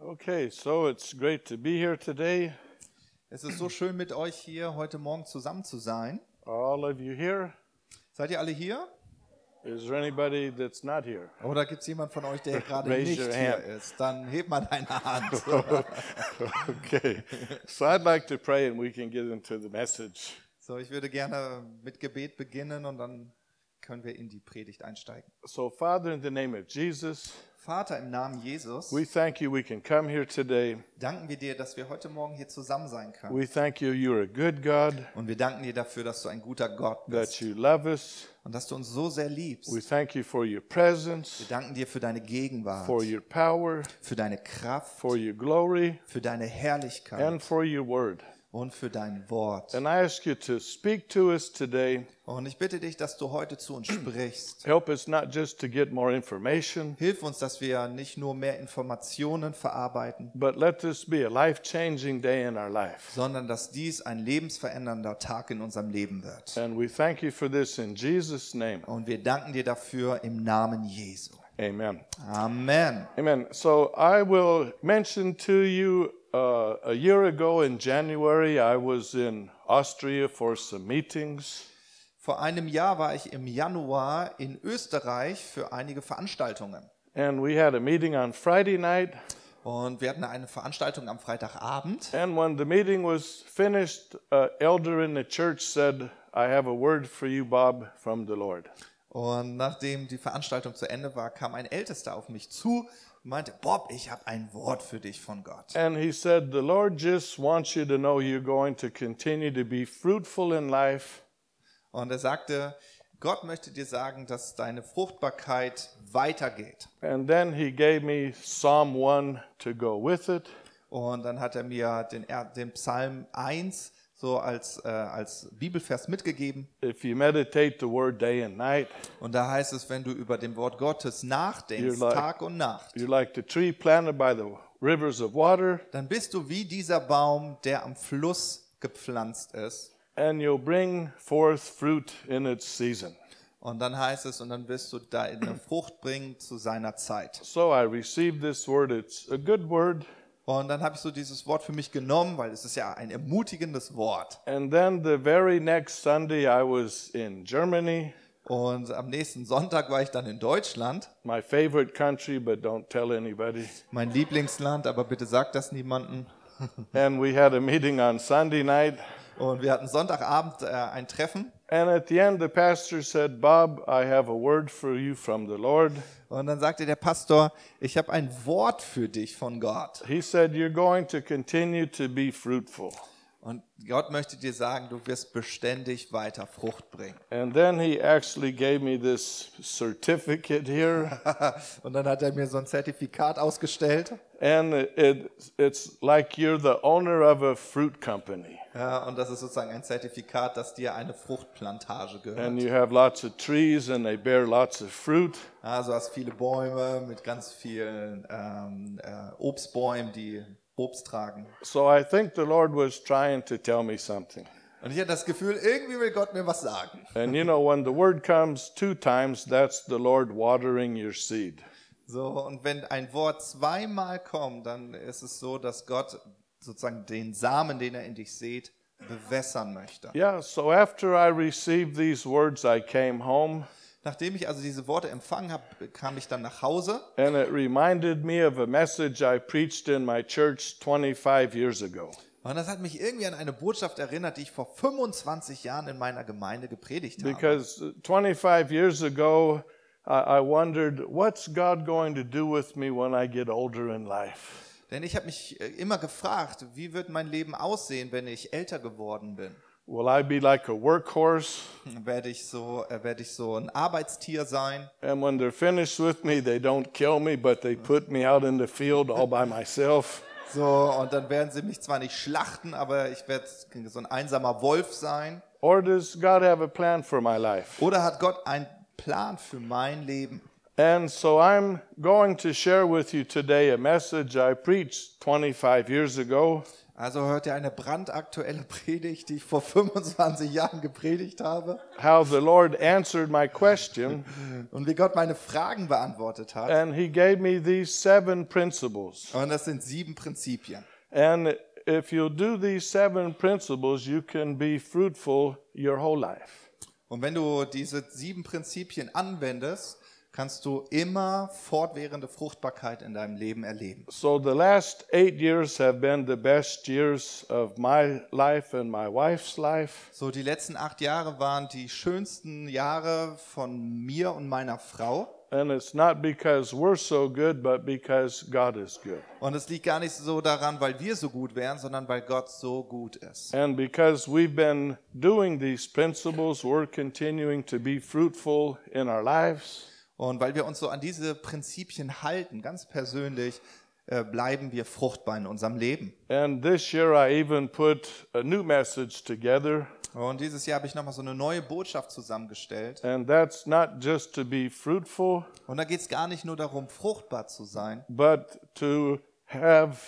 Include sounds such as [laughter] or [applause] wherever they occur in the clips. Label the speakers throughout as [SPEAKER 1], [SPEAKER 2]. [SPEAKER 1] Okay, so it's great to be here today.
[SPEAKER 2] Es ist so schön, mit euch hier heute Morgen zusammen zu sein.
[SPEAKER 1] Are all of you here?
[SPEAKER 2] Seid ihr alle hier?
[SPEAKER 1] Is there anybody that's not here?
[SPEAKER 2] Oder gibt es jemanden von euch, der gerade
[SPEAKER 1] Raise
[SPEAKER 2] nicht
[SPEAKER 1] your
[SPEAKER 2] hier
[SPEAKER 1] hand.
[SPEAKER 2] ist? Dann hebt mal deine Hand.
[SPEAKER 1] [laughs] [laughs] okay. So I'd like to pray and we can get into the message.
[SPEAKER 2] So, ich würde gerne mit Gebet beginnen und dann können wir in die Predigt einsteigen.
[SPEAKER 1] So, Father, in the name of Jesus,
[SPEAKER 2] Vater, im Namen Jesus
[SPEAKER 1] we thank you we can come here today.
[SPEAKER 2] danken wir dir, dass wir heute Morgen hier zusammen sein können.
[SPEAKER 1] We thank you you're a good God,
[SPEAKER 2] Und wir danken dir dafür, dass du ein guter Gott bist
[SPEAKER 1] that you love us.
[SPEAKER 2] und dass du uns so sehr liebst.
[SPEAKER 1] We
[SPEAKER 2] Wir
[SPEAKER 1] thank you for your presence,
[SPEAKER 2] danken dir für deine Gegenwart,
[SPEAKER 1] for your power,
[SPEAKER 2] für deine Kraft,
[SPEAKER 1] for your glory,
[SPEAKER 2] für deine Herrlichkeit
[SPEAKER 1] and for your word.
[SPEAKER 2] und für dein Wort.
[SPEAKER 1] And I ask you to speak to us today.
[SPEAKER 2] Und ich bitte dich, dass du heute zu uns sprichst.
[SPEAKER 1] Help us not just to get more information,
[SPEAKER 2] Hilf uns, dass wir nicht nur mehr Informationen verarbeiten,
[SPEAKER 1] but let this be a life changing day in our life.
[SPEAKER 2] sondern dass dies ein lebensverändernder Tag in unserem Leben wird.
[SPEAKER 1] And we thank you for this in Jesus' name.
[SPEAKER 2] Und wir danken dir dafür im Namen Jesu.
[SPEAKER 1] Amen.
[SPEAKER 2] Amen.
[SPEAKER 1] Amen. So I will mention to you uh, a year ago in January, I was in Austria for some meetings.
[SPEAKER 2] Vor einem Jahr war ich im Januar in Österreich für einige Veranstaltungen.
[SPEAKER 1] And we had a meeting on Friday night.
[SPEAKER 2] Und wir hatten eine Veranstaltung am Freitagabend.
[SPEAKER 1] And when the meeting was finished, an elder in the church said, I have a word for you, Bob, from the Lord.
[SPEAKER 2] Und nachdem die Veranstaltung zu Ende war, kam ein Ältester auf mich zu und meinte, Bob, ich habe ein Wort für dich von Gott.
[SPEAKER 1] And he said, The Lord just wants you to know you're going to continue to be fruitful in life
[SPEAKER 2] Und er sagte, Gott möchte dir sagen, dass deine Fruchtbarkeit weitergeht.
[SPEAKER 1] And then he gave me Psalm 1 to go with it.
[SPEAKER 2] Und dann hat er mir den, Er- den Psalm 1 so als, äh, als Bibelvers mitgegeben.
[SPEAKER 1] If you meditate the word day and night,
[SPEAKER 2] Und da heißt es, wenn du über dem Wort Gottes nachdenkst,
[SPEAKER 1] You're like-
[SPEAKER 2] Tag und Nacht,
[SPEAKER 1] you're like the tree planted by the rivers of water,
[SPEAKER 2] dann bist du wie dieser Baum, der am Fluss gepflanzt ist.
[SPEAKER 1] and you'll bring forth fruit in its season.
[SPEAKER 2] Und dann heißt es, und dann wirst du
[SPEAKER 1] [clears throat]
[SPEAKER 2] deine Frucht bringen zu seiner Zeit.
[SPEAKER 1] So I received this word. It's a good word.
[SPEAKER 2] Und dann habe ich so dieses Wort für mich genommen, weil es ist ja ein ermutigendes Wort.
[SPEAKER 1] And then the very next Sunday, I was in Germany,
[SPEAKER 2] Und am nächsten Sonntag war ich dann in Deutschland,
[SPEAKER 1] my favorite country, but don't tell anybody.
[SPEAKER 2] mein Lieblingsland, aber bitte sag das niemandem.
[SPEAKER 1] and we had a meeting on Sunday night.
[SPEAKER 2] Und wir hatten Sonntagabend äh, ein Treffen
[SPEAKER 1] And at the end, the pastor said, Bob, I have a word for you from the Lord.
[SPEAKER 2] und dann sagte der Pastor, ich habe ein Wort für dich von Gott.
[SPEAKER 1] He said, You're going to continue to be fruitful.
[SPEAKER 2] Und Gott möchte dir sagen, du wirst beständig weiter Frucht bringen. [laughs]
[SPEAKER 1] And then he actually gave me this certificate here. [laughs]
[SPEAKER 2] Und dann hat er mir so ein Zertifikat ausgestellt
[SPEAKER 1] and it, it's like you're the owner of a fruit company.
[SPEAKER 2] ja, und das ist sozusagen ein Zertifikat, dass dir eine Fruchtplantage gehört.
[SPEAKER 1] And you have lots of trees and they bear lots of fruit.
[SPEAKER 2] Also hast viele Bäume mit ganz vielen ähm, äh, Obstbäumen, die Obst tragen.
[SPEAKER 1] So I think the Lord was trying to tell me something.
[SPEAKER 2] Und ich hatte das Gefühl, irgendwie will Gott mir was sagen.
[SPEAKER 1] And you know, when the word comes two times, that's the Lord watering your seed.
[SPEAKER 2] So, und wenn ein Wort zweimal kommt, dann ist es so, dass Gott sozusagen den Samen, den er in dich sät, bewässern möchte.
[SPEAKER 1] Yeah, so after I received these words, I came home
[SPEAKER 2] Nachdem ich also diese Worte empfangen habe, kam ich dann nach Hause
[SPEAKER 1] And it reminded me of a message I preached in my church 25 years ago.
[SPEAKER 2] und das hat mich irgendwie an eine Botschaft erinnert, die ich vor 25 Jahren in meiner Gemeinde gepredigt habe.
[SPEAKER 1] Because 25 years ago, I I wondered, what's God going to do with me when I get older in life?
[SPEAKER 2] Denn ich habe mich äh, immer gefragt, wie wird mein Leben aussehen, wenn ich älter geworden bin?
[SPEAKER 1] Will I be like a workhorse?
[SPEAKER 2] Werde ich so, äh, werde ich so ein Arbeitstier sein?
[SPEAKER 1] And when they're finished with me, they don't kill me, but they put me out in the field all by myself.
[SPEAKER 2] So, und dann werden sie mich zwar nicht schlachten, aber ich werde so ein einsamer Wolf sein.
[SPEAKER 1] Or does God have a plan for my life?
[SPEAKER 2] Oder hat Gott einen Plan für mein Leben?
[SPEAKER 1] And so I'm going to share with you today a message I preached 25 years ago.
[SPEAKER 2] Also hört ihr eine brandaktuelle [laughs] Predigt, die ich vor 25 Jahren gepredigt habe
[SPEAKER 1] How the Lord answered my question,
[SPEAKER 2] und wie Gott meine Fragen beantwortet hat.
[SPEAKER 1] and He gave me these seven principles.
[SPEAKER 2] Und das sind sieben Prinzipien.
[SPEAKER 1] And if you'll do these seven principles, you can be fruitful your whole life.
[SPEAKER 2] Und wenn du diese sieben Prinzipien anwendest, kannst du immer fortwährende Fruchtbarkeit in deinem Leben erleben.
[SPEAKER 1] So the last eight years have been the best years of my life and my wife's life.
[SPEAKER 2] So, die letzten acht Jahre waren die schönsten Jahre von mir und meiner Frau.
[SPEAKER 1] And it's not because we're so good, but because God is good.
[SPEAKER 2] Und es liegt gar nicht so daran, weil wir so gut wären, sondern weil Gott so gut ist.
[SPEAKER 1] And because we've been doing these principles, we're continuing to be fruitful in our lives.
[SPEAKER 2] Und weil wir uns so an diese Prinzipien halten, ganz persönlich, äh, bleiben wir fruchtbar in unserem Leben.
[SPEAKER 1] And this year I even put a new message together.
[SPEAKER 2] Und dieses Jahr habe ich nochmal so eine neue Botschaft zusammengestellt.
[SPEAKER 1] And that's not just to be fruitful,
[SPEAKER 2] Und da geht es gar nicht nur darum, fruchtbar zu sein,
[SPEAKER 1] but to have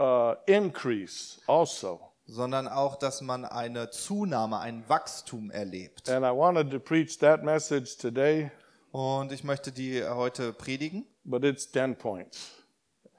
[SPEAKER 1] uh, increase also.
[SPEAKER 2] sondern auch, dass man eine Zunahme, ein Wachstum erlebt.
[SPEAKER 1] And I wanted to preach that message today,
[SPEAKER 2] Und ich möchte die heute predigen,
[SPEAKER 1] but it's 10 points.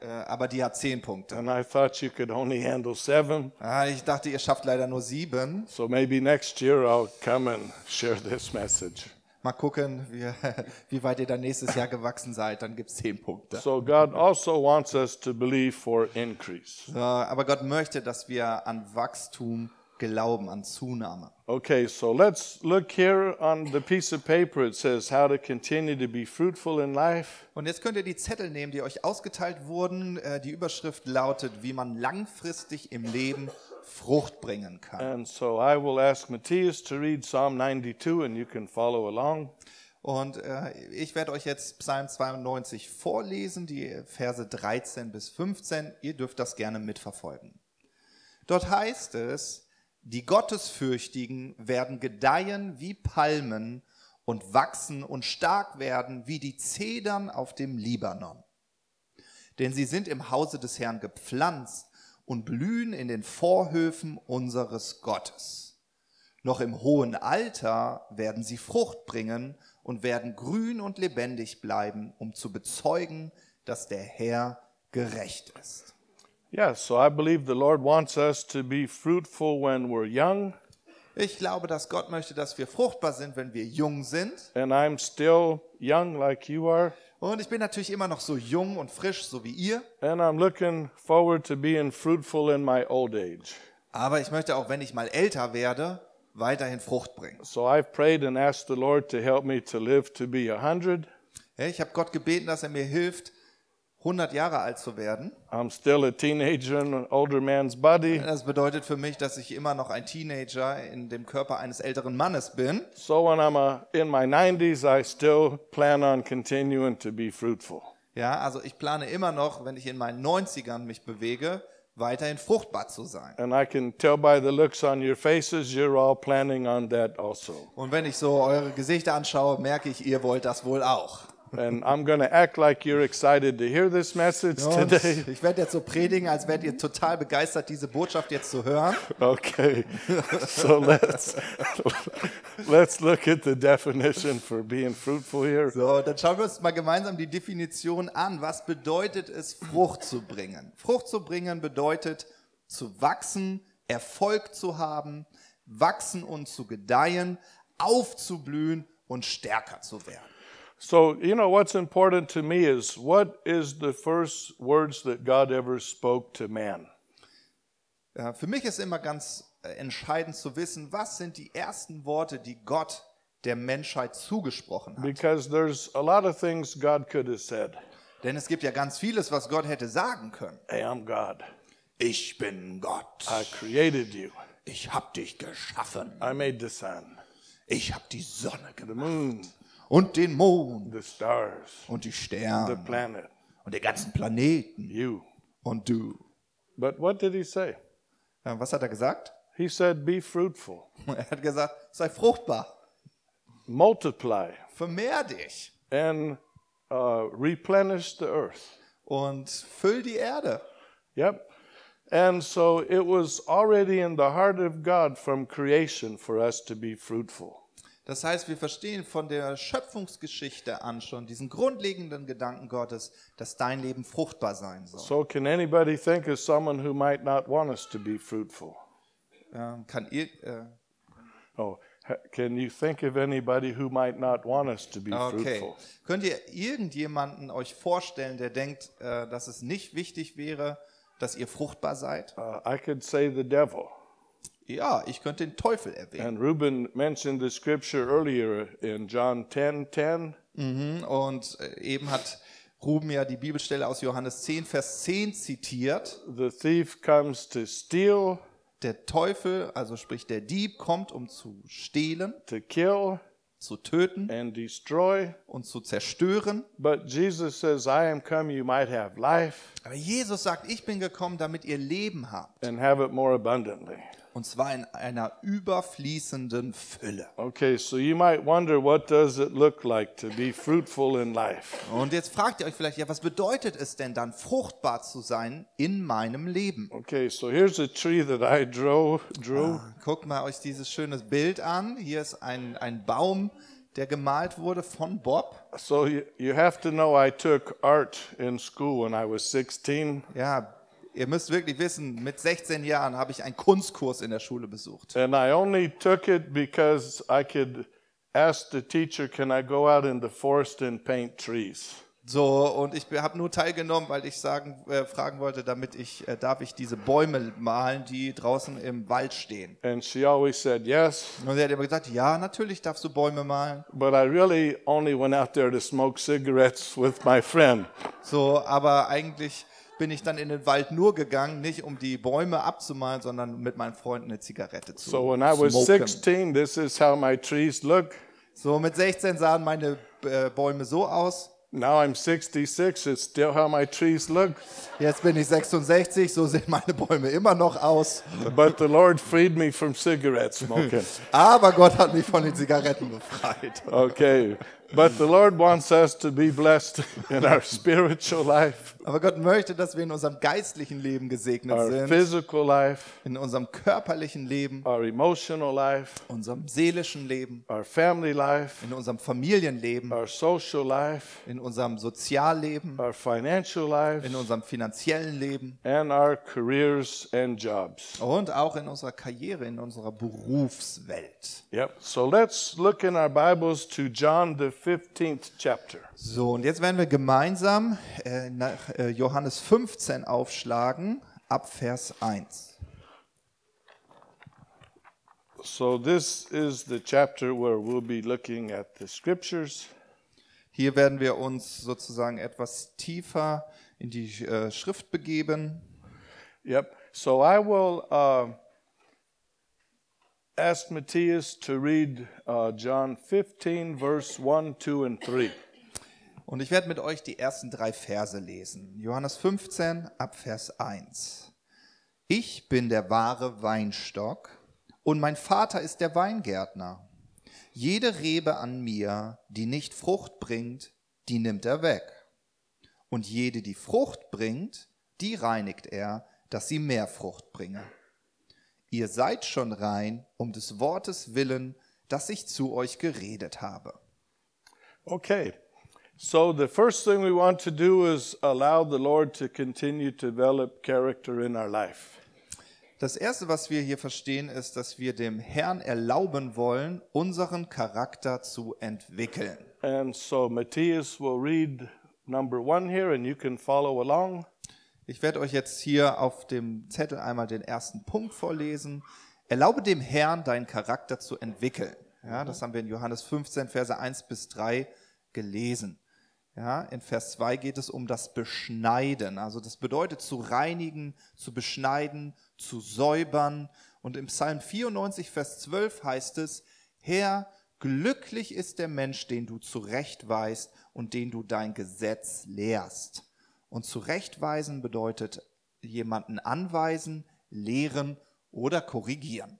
[SPEAKER 2] äh, aber die hat zehn Punkte.
[SPEAKER 1] And I thought you could only handle seven.
[SPEAKER 2] Ah, ich dachte, ihr schafft leider nur sieben.
[SPEAKER 1] So maybe next year I'll come and share this message.
[SPEAKER 2] Mal gucken, wie, [laughs] wie weit ihr dann nächstes Jahr gewachsen seid, dann gibt es zehn Punkte.
[SPEAKER 1] So God also wants us to believe for increase.
[SPEAKER 2] Äh, Aber Gott möchte, dass wir an Wachstum glauben, an Zunahme.
[SPEAKER 1] Okay, so let's look here on the piece of paper. It says how to continue to be fruitful in life.
[SPEAKER 2] Und jetzt könnt ihr die Zettel nehmen, die euch ausgeteilt wurden. Äh, Die Überschrift lautet, wie man langfristig im Leben Frucht bringen kann.
[SPEAKER 1] And so I will ask Matthias to read Psalm 92 and you can follow along.
[SPEAKER 2] Und äh, ich werde euch jetzt Psalm 92 vorlesen, die Verse 13 bis 15. Ihr dürft das gerne mitverfolgen. Dort heißt es, die Gottesfürchtigen werden gedeihen wie Palmen und wachsen und stark werden wie die Zedern auf dem Libanon. Denn sie sind im Hause des Herrn gepflanzt und blühen in den Vorhöfen unseres Gottes. Noch im hohen Alter werden sie Frucht bringen und werden grün und lebendig bleiben, um zu bezeugen, dass der Herr gerecht ist.
[SPEAKER 1] Yeah, so I believe the Lord wants us to be fruitful when we're young.
[SPEAKER 2] Ich glaube, dass Gott möchte, dass wir fruchtbar sind, wenn wir jung sind.
[SPEAKER 1] And I'm still young like you are.
[SPEAKER 2] Und ich bin natürlich immer noch so jung und frisch, so wie ihr.
[SPEAKER 1] And I'm looking forward to being fruitful in my old age.
[SPEAKER 2] Aber ich möchte auch, wenn ich mal älter werde, weiterhin Frucht bringen.
[SPEAKER 1] So I've prayed and asked the Lord to help me to live to be a hundred.
[SPEAKER 2] Ich habe Gott gebeten, dass er mir hilft, 100 Jahre alt zu werden.
[SPEAKER 1] I'm still a teenager in an older man's body.
[SPEAKER 2] Das bedeutet für mich, dass ich immer noch ein Teenager in dem Körper eines älteren Mannes bin.
[SPEAKER 1] So when I'm uh in my 90s, I still plan on continuing to be fruitful.
[SPEAKER 2] Ja, also ich plane immer noch, wenn ich in meinen 90ern mich bewege, weiterhin fruchtbar zu sein.
[SPEAKER 1] And I can tell by the looks on your faces, you're all planning on that also.
[SPEAKER 2] Und wenn ich so eure Gesichter anschaue, merke ich, ihr wollt das wohl auch.
[SPEAKER 1] And I'm going to act like you're excited to hear this message
[SPEAKER 2] Und
[SPEAKER 1] today.
[SPEAKER 2] ich werde jetzt so predigen, als wärt ihr total begeistert, diese Botschaft jetzt zu hören.
[SPEAKER 1] [laughs] Okay. So let's [laughs] let's look at the definition for being fruitful here.
[SPEAKER 2] So, dann schauen wir uns mal gemeinsam die Definition an. Was bedeutet es, Frucht zu bringen? Frucht zu bringen bedeutet, zu wachsen, Erfolg zu haben, wachsen und zu gedeihen, aufzublühen und stärker zu werden.
[SPEAKER 1] So, you know, what's important to me is what is the first words that God ever spoke to man?
[SPEAKER 2] Ja, Für mich ist immer ganz äh, entscheidend zu wissen, was sind die ersten Worte, die Gott der Menschheit zugesprochen hat.
[SPEAKER 1] Because there's a lot of things God could have said.
[SPEAKER 2] Denn es gibt ja ganz vieles, was Gott hätte sagen können.
[SPEAKER 1] Hey, I'm God.
[SPEAKER 2] Ich bin Gott.
[SPEAKER 1] I created you.
[SPEAKER 2] Ich hab dich geschaffen.
[SPEAKER 1] I made the sun,
[SPEAKER 2] Ich hab die Sonne gemacht.
[SPEAKER 1] the moon,
[SPEAKER 2] Und den Mond.
[SPEAKER 1] the stars,
[SPEAKER 2] Und die
[SPEAKER 1] the
[SPEAKER 2] Sterne.
[SPEAKER 1] planet,
[SPEAKER 2] Und den ganzen Planeten.
[SPEAKER 1] you.
[SPEAKER 2] Und du.
[SPEAKER 1] But what did he say?
[SPEAKER 2] Ja, Was hat er gesagt? [laughs]
[SPEAKER 1] He said, Be fruitful,
[SPEAKER 2] Er hat gesagt, sei fruchtbar.
[SPEAKER 1] multiply,
[SPEAKER 2] Vermehr dich.
[SPEAKER 1] and uh, replenish the earth.
[SPEAKER 2] und füll die Erde.
[SPEAKER 1] Yep. And so it was already in the heart of God from creation for us to be fruitful.
[SPEAKER 2] Das heißt, wir verstehen von der Schöpfungsgeschichte an schon diesen grundlegenden Gedanken Gottes, dass dein Leben fruchtbar sein soll.
[SPEAKER 1] So, can anybody think of someone who might not want us to be fruitful?
[SPEAKER 2] Ähm, kann ihr, äh,
[SPEAKER 1] Oh, ha- can you think of anybody who might not want us to be
[SPEAKER 2] okay.
[SPEAKER 1] fruitful?
[SPEAKER 2] Könnt ihr irgendjemanden euch vorstellen, der denkt, äh, dass es nicht wichtig wäre, dass ihr fruchtbar seid?
[SPEAKER 1] Uh, I could say the devil.
[SPEAKER 2] Ja, ich könnte den Teufel erwähnen.
[SPEAKER 1] And Reuben mentioned the scripture earlier in John 10 10.
[SPEAKER 2] Und äh, eben hat Ruben ja die Bibelstelle aus Johannes 10, Vers 10 zitiert.
[SPEAKER 1] The thief comes to steal,
[SPEAKER 2] Der Teufel, also sprich der Dieb, kommt, um zu stehlen,
[SPEAKER 1] to kill,
[SPEAKER 2] zu töten
[SPEAKER 1] and destroy.
[SPEAKER 2] und zu zerstören.
[SPEAKER 1] But Jesus says, I am come, you might have life
[SPEAKER 2] Aber Jesus sagt, ich bin gekommen, damit ihr Leben habt.
[SPEAKER 1] and have it more abundantly.
[SPEAKER 2] Und zwar in einer überfließenden Fülle.
[SPEAKER 1] Okay, so you might wonder what does it look like to be fruitful in life?
[SPEAKER 2] Und jetzt fragt ihr euch vielleicht, ja, was bedeutet es denn dann, fruchtbar zu sein in meinem Leben?
[SPEAKER 1] Okay, so here's a tree that I drew drew.
[SPEAKER 2] Guckt mal euch dieses schöne Bild an. Hier ist ein, ein Baum, der gemalt wurde von Bob.
[SPEAKER 1] So you, you have to know I took art in school when I was 16
[SPEAKER 2] Ja, ihr müsst wirklich wissen, mit 16 Jahren habe ich einen Kunstkurs in der Schule besucht.
[SPEAKER 1] and I only took it because I could ask the teacher, "Can I go out in the forest and paint trees?"
[SPEAKER 2] So, und ich habe nur teilgenommen, weil ich sagen, äh, fragen wollte, damit ich, äh, darf ich diese Bäume malen, die draußen im Wald stehen.
[SPEAKER 1] And she always said yes,
[SPEAKER 2] Und sie hat immer gesagt, ja, natürlich darfst du Bäume malen.
[SPEAKER 1] but I really only went out there to smoke cigarettes [laughs] with my friend.
[SPEAKER 2] So, aber eigentlich bin ich dann in den Wald nur gegangen, nicht um die Bäume abzumalen, sondern mit meinen Freunden eine Zigarette zu
[SPEAKER 1] So when I was
[SPEAKER 2] smoken.
[SPEAKER 1] 16, this is how my trees look.
[SPEAKER 2] So, mit 16 sahen meine äh, Bäume so aus.
[SPEAKER 1] Now I'm 66, it's still how my trees look.
[SPEAKER 2] Jetzt bin ich 66, so sehen meine Bäume immer noch aus.
[SPEAKER 1] But the Lord freed me from cigarette smoking.
[SPEAKER 2] Aber Gott hat mich von den Zigaretten befreit.
[SPEAKER 1] Okay. But the Lord wants us to be blessed [laughs] in our spiritual life,
[SPEAKER 2] Aber Gott möchte, dass wir in unserem geistlichen Leben gesegnet
[SPEAKER 1] our
[SPEAKER 2] sind,
[SPEAKER 1] physical life,
[SPEAKER 2] in unserem körperlichen Leben,
[SPEAKER 1] our emotional life,
[SPEAKER 2] unserem seelischen Leben,
[SPEAKER 1] our family life,
[SPEAKER 2] in unserem Familienleben,
[SPEAKER 1] our social life,
[SPEAKER 2] in unserem Sozialleben,
[SPEAKER 1] our financial life,
[SPEAKER 2] in unserem finanziellen Leben
[SPEAKER 1] and our careers and jobs.
[SPEAKER 2] und auch in unserer Karriere, in unserer Berufswelt.
[SPEAKER 1] Yep. So let's look in our Bibles to John, the 15th chapter.
[SPEAKER 2] So, und jetzt werden wir gemeinsam äh, nach äh, Johannes 15 aufschlagen, ab Vers 1.
[SPEAKER 1] So this is the chapter where we'll be looking at the scriptures.
[SPEAKER 2] Hier werden wir uns sozusagen etwas tiefer in die äh, Schrift begeben.
[SPEAKER 1] Yep. So I will uh, ask Matthias to read uh, John 15, verse 1, 2, and 3.
[SPEAKER 2] Und ich werde mit euch die ersten drei Verse lesen. Johannes 15 ab Vers 1. Ich bin der wahre Weinstock und mein Vater ist der Weingärtner. Jede Rebe an mir, die nicht Frucht bringt, die nimmt er weg. Und jede, die Frucht bringt, die reinigt er, dass sie mehr Frucht bringe. Ihr seid schon rein um des Wortes willen, das ich zu euch geredet habe.
[SPEAKER 1] Okay. So the first thing we want to do is allow the Lord to continue to develop character in our life.
[SPEAKER 2] Das Erste, was wir hier verstehen, ist, dass wir dem Herrn erlauben wollen, unseren Charakter zu entwickeln.
[SPEAKER 1] And so Matthias will read number one here, and you can follow along.
[SPEAKER 2] Ich werde euch jetzt hier auf dem Zettel einmal den ersten Punkt vorlesen. Erlaube dem Herrn, deinen Charakter zu entwickeln. Ja, das haben wir in Johannes 15, Verse 1 bis 3 gelesen. Ja, in Vers 2 geht es um das Beschneiden. Also das bedeutet zu reinigen, zu beschneiden, zu säubern. Und im Psalm 94, Vers 12 heißt es, Herr, glücklich ist der Mensch, den du zurechtweist und den du dein Gesetz lehrst. Und zurechtweisen bedeutet jemanden anweisen, lehren oder korrigieren.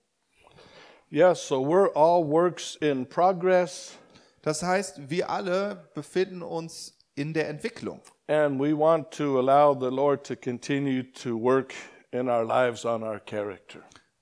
[SPEAKER 1] Yes, so we're all works in progress.
[SPEAKER 2] Das heißt, wir alle befinden uns in der Entwicklung.
[SPEAKER 1] And we want to allow the Lord to continue to work in our lives on our character.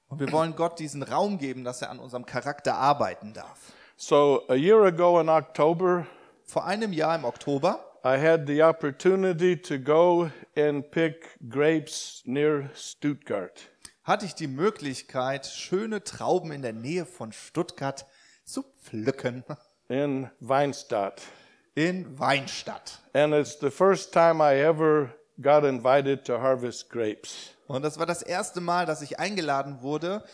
[SPEAKER 2] Und wir wollen Gott diesen Raum geben, dass er an unserem Charakter arbeiten darf.
[SPEAKER 1] So, a year ago in October,
[SPEAKER 2] Vor einem Jahr im Oktober
[SPEAKER 1] I had the opportunity to go and pick grapes near Stuttgart.
[SPEAKER 2] hatte ich die Möglichkeit, schöne Trauben in der Nähe von Stuttgart zu pflücken.
[SPEAKER 1] in Weinstadt.
[SPEAKER 2] In Weinstadt.
[SPEAKER 1] And it's the first time I ever got invited to harvest grapes.
[SPEAKER 2] Und das war das erste Mal, dass ich eingeladen wurde,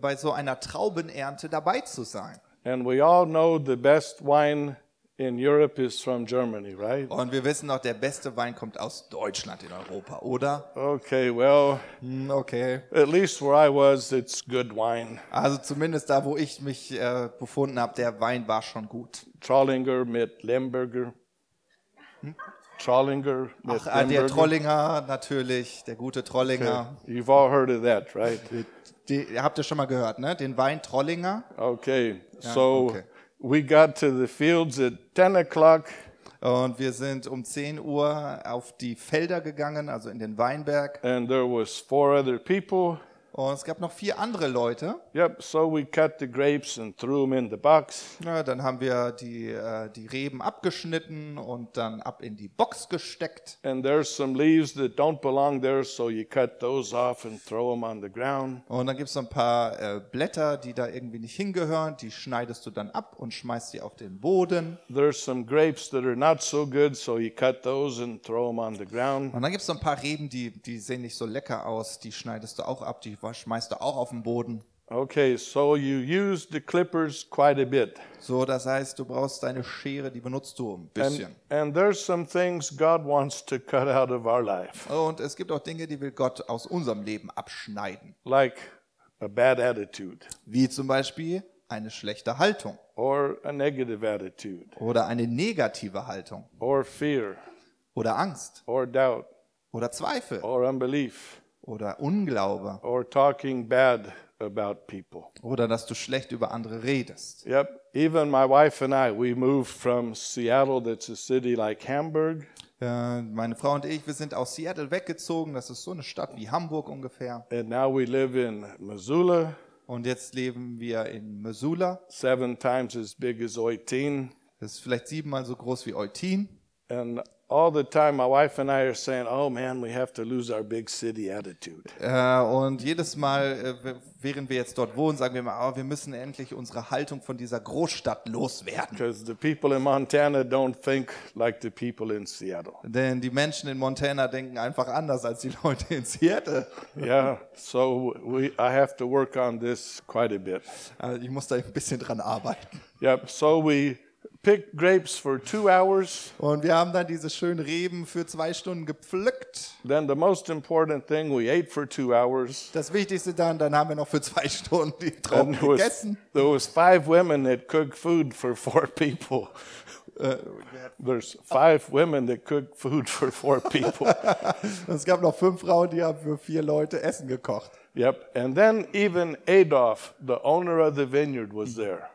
[SPEAKER 2] bei so einer Traubenernte dabei zu sein.
[SPEAKER 1] And we all know the best wine in Europe is from Germany, right?
[SPEAKER 2] Und wir wissen noch, der beste Wein kommt aus Deutschland in Europa, oder?
[SPEAKER 1] Okay, well,
[SPEAKER 2] Hm, Okay.
[SPEAKER 1] at least where I was, it's good wine.
[SPEAKER 2] Also zumindest da, wo ich mich äh, befunden habe, der Wein war schon gut.
[SPEAKER 1] Trollinger mit Lemberger. Hmm? Trollinger mit
[SPEAKER 2] Ach, äh, der
[SPEAKER 1] Lemberger.
[SPEAKER 2] Trollinger natürlich, der gute Trollinger.
[SPEAKER 1] You've all heard of that, right?
[SPEAKER 2] Die, habt ihr schon mal gehört, ne? Den Wein Trollinger.
[SPEAKER 1] Okay, so
[SPEAKER 2] okay.
[SPEAKER 1] we got to the fields at 10 o'clock.
[SPEAKER 2] Und wir sind um 10 Uhr auf die Felder gegangen, also in den Weinberg.
[SPEAKER 1] and there was four other people.
[SPEAKER 2] Und es gab noch vier andere Leute.
[SPEAKER 1] Yep, so we cut the grapes and threw them in the box.
[SPEAKER 2] Ja, dann haben wir die, äh, die Reben abgeschnitten und dann ab in die Box gesteckt.
[SPEAKER 1] And there's some leaves that don't belong there, so you cut those off and throw them on the ground.
[SPEAKER 2] Und dann gibt's noch ein paar äh, Blätter, die da irgendwie nicht hingehören. Die schneidest du dann ab und schmeißt sie auf den Boden.
[SPEAKER 1] There's some grapes that are not so good, so you cut those and throw them on the ground.
[SPEAKER 2] Und dann gibt's noch ein paar Reben, die, die sehen nicht so lecker aus. Die schneidest du auch ab, die schmeißt du auch auf den Boden.
[SPEAKER 1] Okay, so you use the clippers quite a bit.
[SPEAKER 2] So, das heißt, du brauchst deine Schere, die benutzt du ein bisschen.
[SPEAKER 1] And, and there's some things God wants to cut out of our life,
[SPEAKER 2] Und es gibt auch Dinge, die will Gott aus unserem Leben abschneiden.
[SPEAKER 1] like a bad attitude
[SPEAKER 2] Wie zum Beispiel eine schlechte Haltung
[SPEAKER 1] or a negative attitude
[SPEAKER 2] oder eine negative Haltung
[SPEAKER 1] or fear
[SPEAKER 2] oder Angst
[SPEAKER 1] or doubt
[SPEAKER 2] oder Zweifel
[SPEAKER 1] or unbelief
[SPEAKER 2] oder Unglaube
[SPEAKER 1] or talking bad about people.
[SPEAKER 2] oder dass du schlecht über andere redest.
[SPEAKER 1] Yep, even my wife and I, we moved from Seattle, that's a city like Hamburg,
[SPEAKER 2] Äh, Meine Frau und ich, wir sind aus Seattle weggezogen. Das ist so eine Stadt wie Hamburg ungefähr.
[SPEAKER 1] and now we live in Missoula,
[SPEAKER 2] Und jetzt leben wir in Missoula.
[SPEAKER 1] seven times as big as Oitin.
[SPEAKER 2] Das ist vielleicht siebenmal so groß wie Eutin.
[SPEAKER 1] And all the time, my wife and I are saying, oh man, we have to lose our big city attitude.
[SPEAKER 2] Äh, Und jedes Mal, äh, w- während wir jetzt dort wohnen, sagen wir mal, oh, wir müssen endlich unsere Haltung von dieser Großstadt loswerden.
[SPEAKER 1] Because the people in Montana don't think like the people in
[SPEAKER 2] [laughs]
[SPEAKER 1] Seattle.
[SPEAKER 2] Denn die Menschen in Montana denken einfach anders als die Leute in Seattle.
[SPEAKER 1] Yeah, so we, I have to work on this quite a bit.
[SPEAKER 2] Also ich muss da ein bisschen dran arbeiten.
[SPEAKER 1] Yep, so we picked grapes for two hours.
[SPEAKER 2] Und wir haben dann diese schönen Reben für zwei Stunden gepflückt.
[SPEAKER 1] Then the most important thing, we ate for two hours.
[SPEAKER 2] Das Wichtigste dann, dann haben wir noch für zwei Stunden die
[SPEAKER 1] And
[SPEAKER 2] Trauben
[SPEAKER 1] there was,
[SPEAKER 2] gegessen.
[SPEAKER 1] there was five women that cooked food for four people. There's five women that cook food for four people.
[SPEAKER 2] Und es gab noch fünf Frauen, die haben für vier Leute Essen gekocht.
[SPEAKER 1] yep. And then even Adolf, the owner of the vineyard, was there.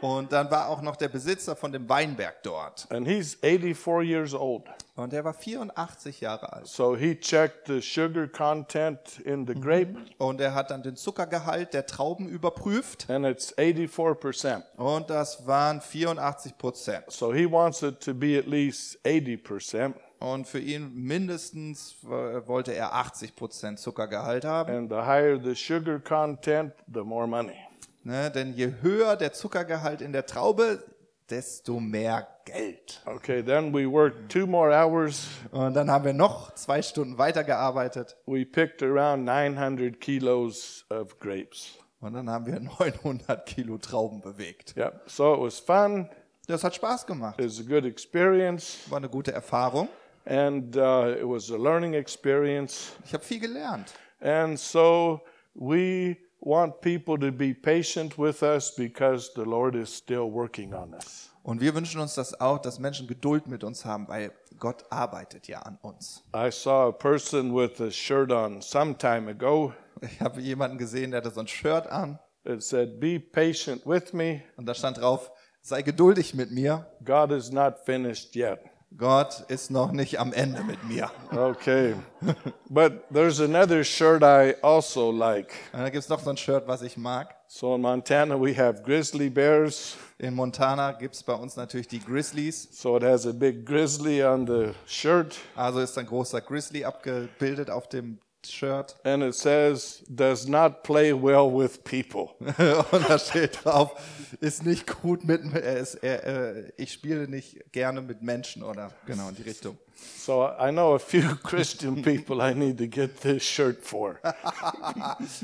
[SPEAKER 2] Und dann war auch noch der Besitzer von dem Weinberg dort.
[SPEAKER 1] And he's 84 years old.
[SPEAKER 2] Und der war 84 Jahre alt.
[SPEAKER 1] So he checked the sugar content in the grape,
[SPEAKER 2] Und er hat dann den Zuckergehalt der Trauben überprüft.
[SPEAKER 1] and it's 84%.
[SPEAKER 2] Und das waren 84 Prozent.
[SPEAKER 1] So he wants it to be at least 80%.
[SPEAKER 2] Und für ihn mindestens äh, wollte er 80% Zuckergehalt haben.
[SPEAKER 1] And the higher the sugar content, the more money.
[SPEAKER 2] Ne? Denn je höher der Zuckergehalt in der Traube, desto mehr Geld.
[SPEAKER 1] Okay, then we worked two more hours.
[SPEAKER 2] Und dann haben wir noch zwei Stunden weitergearbeitet.
[SPEAKER 1] We picked around 900 kilos of grapes.
[SPEAKER 2] Und dann haben wir [laughs] 900 Kilo Trauben bewegt.
[SPEAKER 1] Yep. So it was fun.
[SPEAKER 2] Das hat Spaß gemacht.
[SPEAKER 1] It was a good experience,
[SPEAKER 2] War eine gute Erfahrung.
[SPEAKER 1] and uh, it was a learning experience.
[SPEAKER 2] Ich habe viel gelernt.
[SPEAKER 1] And so we want people to be patient with us because the Lord is still working on us.
[SPEAKER 2] Und wir wünschen uns das auch, dass Menschen Geduld mit uns haben, weil Gott arbeitet ja an uns.
[SPEAKER 1] I saw a person with a shirt on some time ago
[SPEAKER 2] Ich habe jemanden gesehen, der hatte so ein Shirt an
[SPEAKER 1] that said, "Be patient with me.
[SPEAKER 2] und da stand drauf, sei geduldig mit mir,
[SPEAKER 1] God is not finished yet."
[SPEAKER 2] Gott ist noch nicht am Ende mit mir.
[SPEAKER 1] Okay. [laughs] but there's another shirt I also like.
[SPEAKER 2] Und dann gibt es noch so ein Shirt, was ich mag.
[SPEAKER 1] So in Montana, we have grizzly bears.
[SPEAKER 2] In Montana gibt es bei uns natürlich die Grizzlies.
[SPEAKER 1] So it has a big grizzly on the shirt.
[SPEAKER 2] Also ist ein großer Grizzly abgebildet auf dem Shirt. [laughs]
[SPEAKER 1] And it says, does not play well with people.
[SPEAKER 2] [laughs] Und da steht drauf, ist nicht gut mit, er ist, er, äh, ich spiele nicht gerne mit Menschen oder genau in die Richtung.
[SPEAKER 1] So I know a few [laughs] Christian people I need to get this shirt for.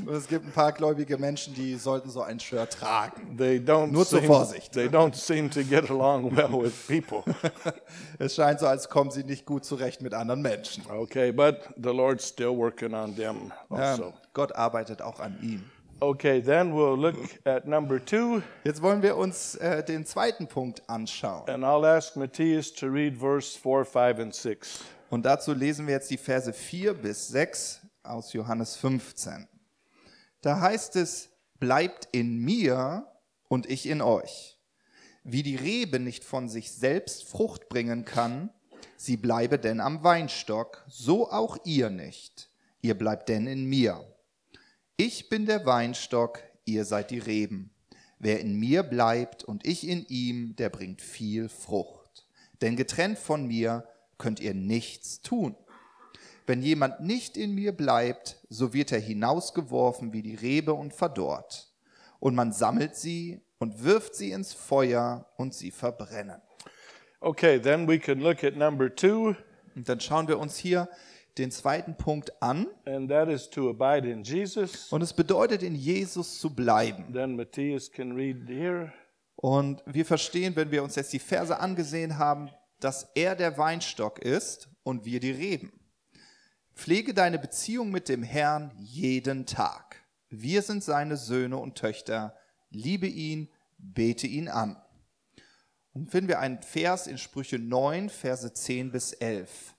[SPEAKER 2] Und es gibt ein paar gläubige Menschen, die sollten so ein Shirt tragen.
[SPEAKER 1] They don't
[SPEAKER 2] Nur zur
[SPEAKER 1] seem,
[SPEAKER 2] Vorsicht.
[SPEAKER 1] They don't seem to get along [laughs] well with people.
[SPEAKER 2] Es scheint so, als kommen sie nicht gut zurecht mit anderen Menschen.
[SPEAKER 1] Okay, but the Lord's still working on them
[SPEAKER 2] Ja,
[SPEAKER 1] also.
[SPEAKER 2] Gott arbeitet auch an ihm.
[SPEAKER 1] Okay, then we'll look at number two,
[SPEAKER 2] Jetzt wollen wir uns äh, den zweiten Punkt anschauen.
[SPEAKER 1] and I'll ask Matthias to read verse 4, 5, and 6.
[SPEAKER 2] Und dazu lesen wir jetzt die Verse 4 bis 6 aus Johannes 15. Da heißt es, bleibt in mir und ich in euch. Wie die Rebe nicht von sich selbst Frucht bringen kann, sie bleibe denn am Weinstock, so auch ihr nicht. Ihr bleibt denn in mir. Ich bin der Weinstock, ihr seid die Reben. Wer in mir bleibt und ich in ihm, der bringt viel Frucht. Denn getrennt von mir könnt ihr nichts tun. Wenn jemand nicht in mir bleibt, so wird er hinausgeworfen wie die Rebe und verdorrt. Und man sammelt sie und wirft sie ins Feuer und sie verbrennen.
[SPEAKER 1] Okay, then we can look at number two,
[SPEAKER 2] Und dann schauen wir uns hier den zweiten Punkt an.
[SPEAKER 1] and that is to abide in Jesus.
[SPEAKER 2] Und es bedeutet, in Jesus zu bleiben.
[SPEAKER 1] Then Matthias can read here.
[SPEAKER 2] Und wir verstehen, wenn wir uns jetzt die Verse angesehen haben, dass er der Weinstock ist und wir die Reben. Pflege deine Beziehung mit dem Herrn jeden Tag. Wir sind seine Söhne und Töchter. Liebe ihn, bete ihn an. Und finden wir einen Vers in Sprüche 9, Verse 10 bis 11.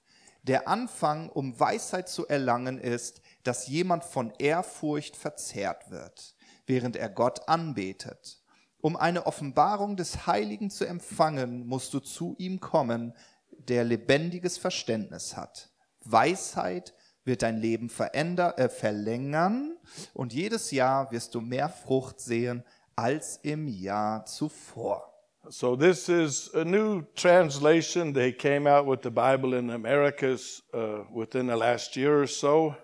[SPEAKER 2] Der Anfang, um Weisheit zu erlangen, ist, dass jemand von Ehrfurcht verzehrt wird, während er Gott anbetet. Um eine Offenbarung des Heiligen zu empfangen, musst du zu ihm kommen, der lebendiges Verständnis hat. Weisheit wird dein Leben veränder, äh, verlängern und jedes Jahr wirst du mehr Frucht sehen als im Jahr zuvor.
[SPEAKER 1] So this is a new translation. They came out with the Bible in Americas uh, within the last year or so.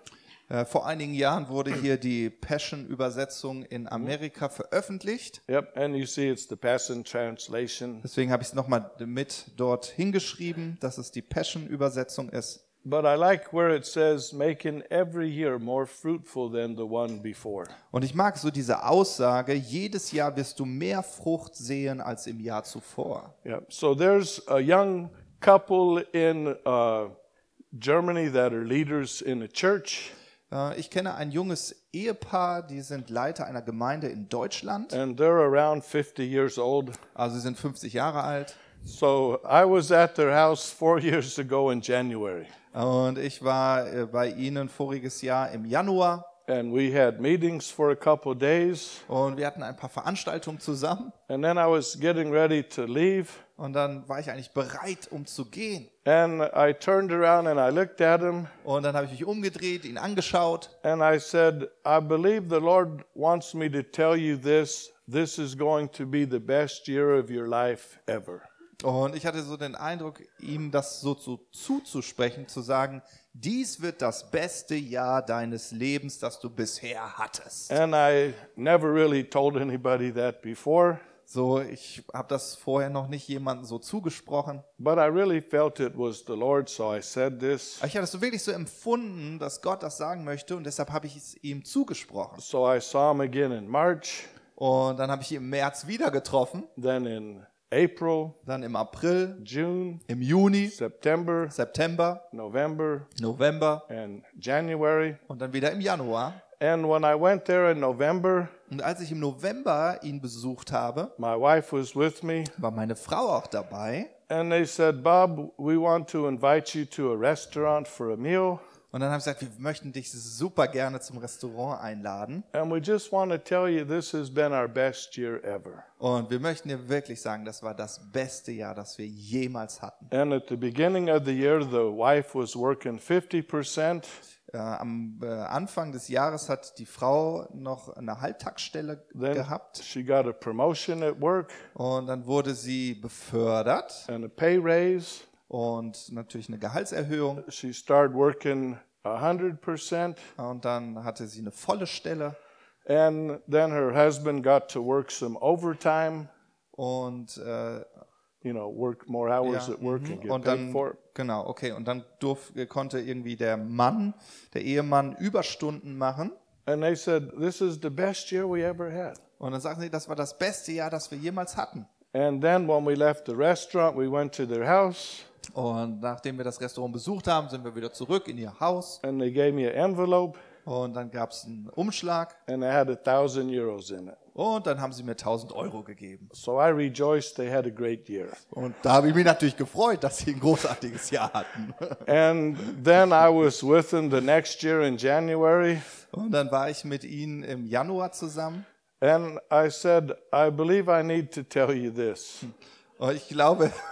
[SPEAKER 2] Äh, Vor einigen Jahren wurde hier die Passion-Übersetzung in Amerika veröffentlicht.
[SPEAKER 1] Yep, and you see it's the Passion Translation.
[SPEAKER 2] Deswegen habe ich es nochmal mit dort hingeschrieben, dass es die Passion-Übersetzung ist.
[SPEAKER 1] But I like where it says, making every year more fruitful than the one before.
[SPEAKER 2] Und ich mag so diese Aussage, jedes Jahr wirst du mehr Frucht sehen als im Jahr zuvor.
[SPEAKER 1] Yep. So there's a young couple in uh, Germany that are leaders in a church,
[SPEAKER 2] Äh, Ich kenne ein junges Ehepaar, die sind Leiter einer Gemeinde in Deutschland.
[SPEAKER 1] and they're around 50 years old.
[SPEAKER 2] Also sie sind 50 Jahre alt.
[SPEAKER 1] So I was at their house four [laughs] years ago in January,
[SPEAKER 2] Und ich war äh, bei ihnen voriges Jahr im Januar.
[SPEAKER 1] and we had meetings for a couple of days,
[SPEAKER 2] Und wir hatten ein paar Veranstaltungen zusammen.
[SPEAKER 1] and then I was getting ready to leave,
[SPEAKER 2] Und dann war ich eigentlich bereit, um zu gehen.
[SPEAKER 1] and I turned around and I looked at him,
[SPEAKER 2] Und dann habe ich mich umgedreht, ihn angeschaut.
[SPEAKER 1] and I said, "I believe the Lord wants me to tell you this. This is going to be the best year of your life ever."
[SPEAKER 2] Und ich hatte so den Eindruck, ihm das so zu, zuzusprechen, zu sagen, dies wird das beste Jahr deines Lebens, das du bisher hattest.
[SPEAKER 1] And I never really told anybody that before,
[SPEAKER 2] So, ich habe das vorher noch nicht jemandem so zugesprochen.
[SPEAKER 1] but I really felt it was the Lord, so I said this.
[SPEAKER 2] Aber ich habe das so wirklich so empfunden, dass Gott das sagen möchte und deshalb habe ich es ihm zugesprochen.
[SPEAKER 1] So I saw him again in March,
[SPEAKER 2] Und dann habe ich ihn im März wieder getroffen,
[SPEAKER 1] then in April,
[SPEAKER 2] dann im April,
[SPEAKER 1] June,
[SPEAKER 2] im Juni,
[SPEAKER 1] September,
[SPEAKER 2] September,
[SPEAKER 1] November,
[SPEAKER 2] November
[SPEAKER 1] and January.
[SPEAKER 2] und dann wieder im Januar.
[SPEAKER 1] And when I went there in November,
[SPEAKER 2] Und als ich im November ihn besucht habe,
[SPEAKER 1] my wife was with me,
[SPEAKER 2] war meine Frau auch dabei.
[SPEAKER 1] and they said, Bob, we want to invite you to a restaurant for a meal.
[SPEAKER 2] Und dann haben sie gesagt, wir möchten dich super gerne zum Restaurant einladen.
[SPEAKER 1] And we just want to tell you this has been our best year ever.
[SPEAKER 2] Und wir möchten dir wirklich sagen, das war das beste Jahr, das wir jemals hatten.
[SPEAKER 1] And at the beginning of the year, the wife was working 50%,
[SPEAKER 2] Äh, am äh, Anfang des Jahres hat die Frau noch eine Halbtagsstelle
[SPEAKER 1] then
[SPEAKER 2] gehabt
[SPEAKER 1] she got a promotion at work
[SPEAKER 2] und dann wurde sie befördert
[SPEAKER 1] and a pay raise.
[SPEAKER 2] und natürlich eine Gehaltserhöhung
[SPEAKER 1] She started working 100%,
[SPEAKER 2] und dann hatte sie eine volle Stelle
[SPEAKER 1] and then her husband got to work some overtime,
[SPEAKER 2] und äh,
[SPEAKER 1] you know, work more hours
[SPEAKER 2] Ja,
[SPEAKER 1] at work and
[SPEAKER 2] mhm.
[SPEAKER 1] get
[SPEAKER 2] und
[SPEAKER 1] paid
[SPEAKER 2] dann
[SPEAKER 1] for it.
[SPEAKER 2] genau okay und dann durf, konnte irgendwie der Mann, der Ehemann Überstunden machen
[SPEAKER 1] And they said, This is the best year we ever had.
[SPEAKER 2] und dann sagen sie, das war das beste Jahr, das wir jemals hatten.
[SPEAKER 1] And then when we left the restaurant, we went to their house,
[SPEAKER 2] Und nachdem wir das Restaurant besucht haben, sind wir wieder zurück in ihr Haus
[SPEAKER 1] and they gave me an envelope,
[SPEAKER 2] und dann gab es einen Umschlag
[SPEAKER 1] and it had a thousand euros in it.
[SPEAKER 2] Und dann haben sie mir 1000 Euro gegeben.
[SPEAKER 1] So I rejoiced they had a great year.
[SPEAKER 2] Und da habe ich mich natürlich gefreut, dass sie ein großartiges Jahr hatten.
[SPEAKER 1] And then I was with them the next year in January,
[SPEAKER 2] [laughs] Und dann war ich mit ihnen im Januar zusammen.
[SPEAKER 1] and I said, I believe I need to tell you this.
[SPEAKER 2] Und ich glaube, [laughs]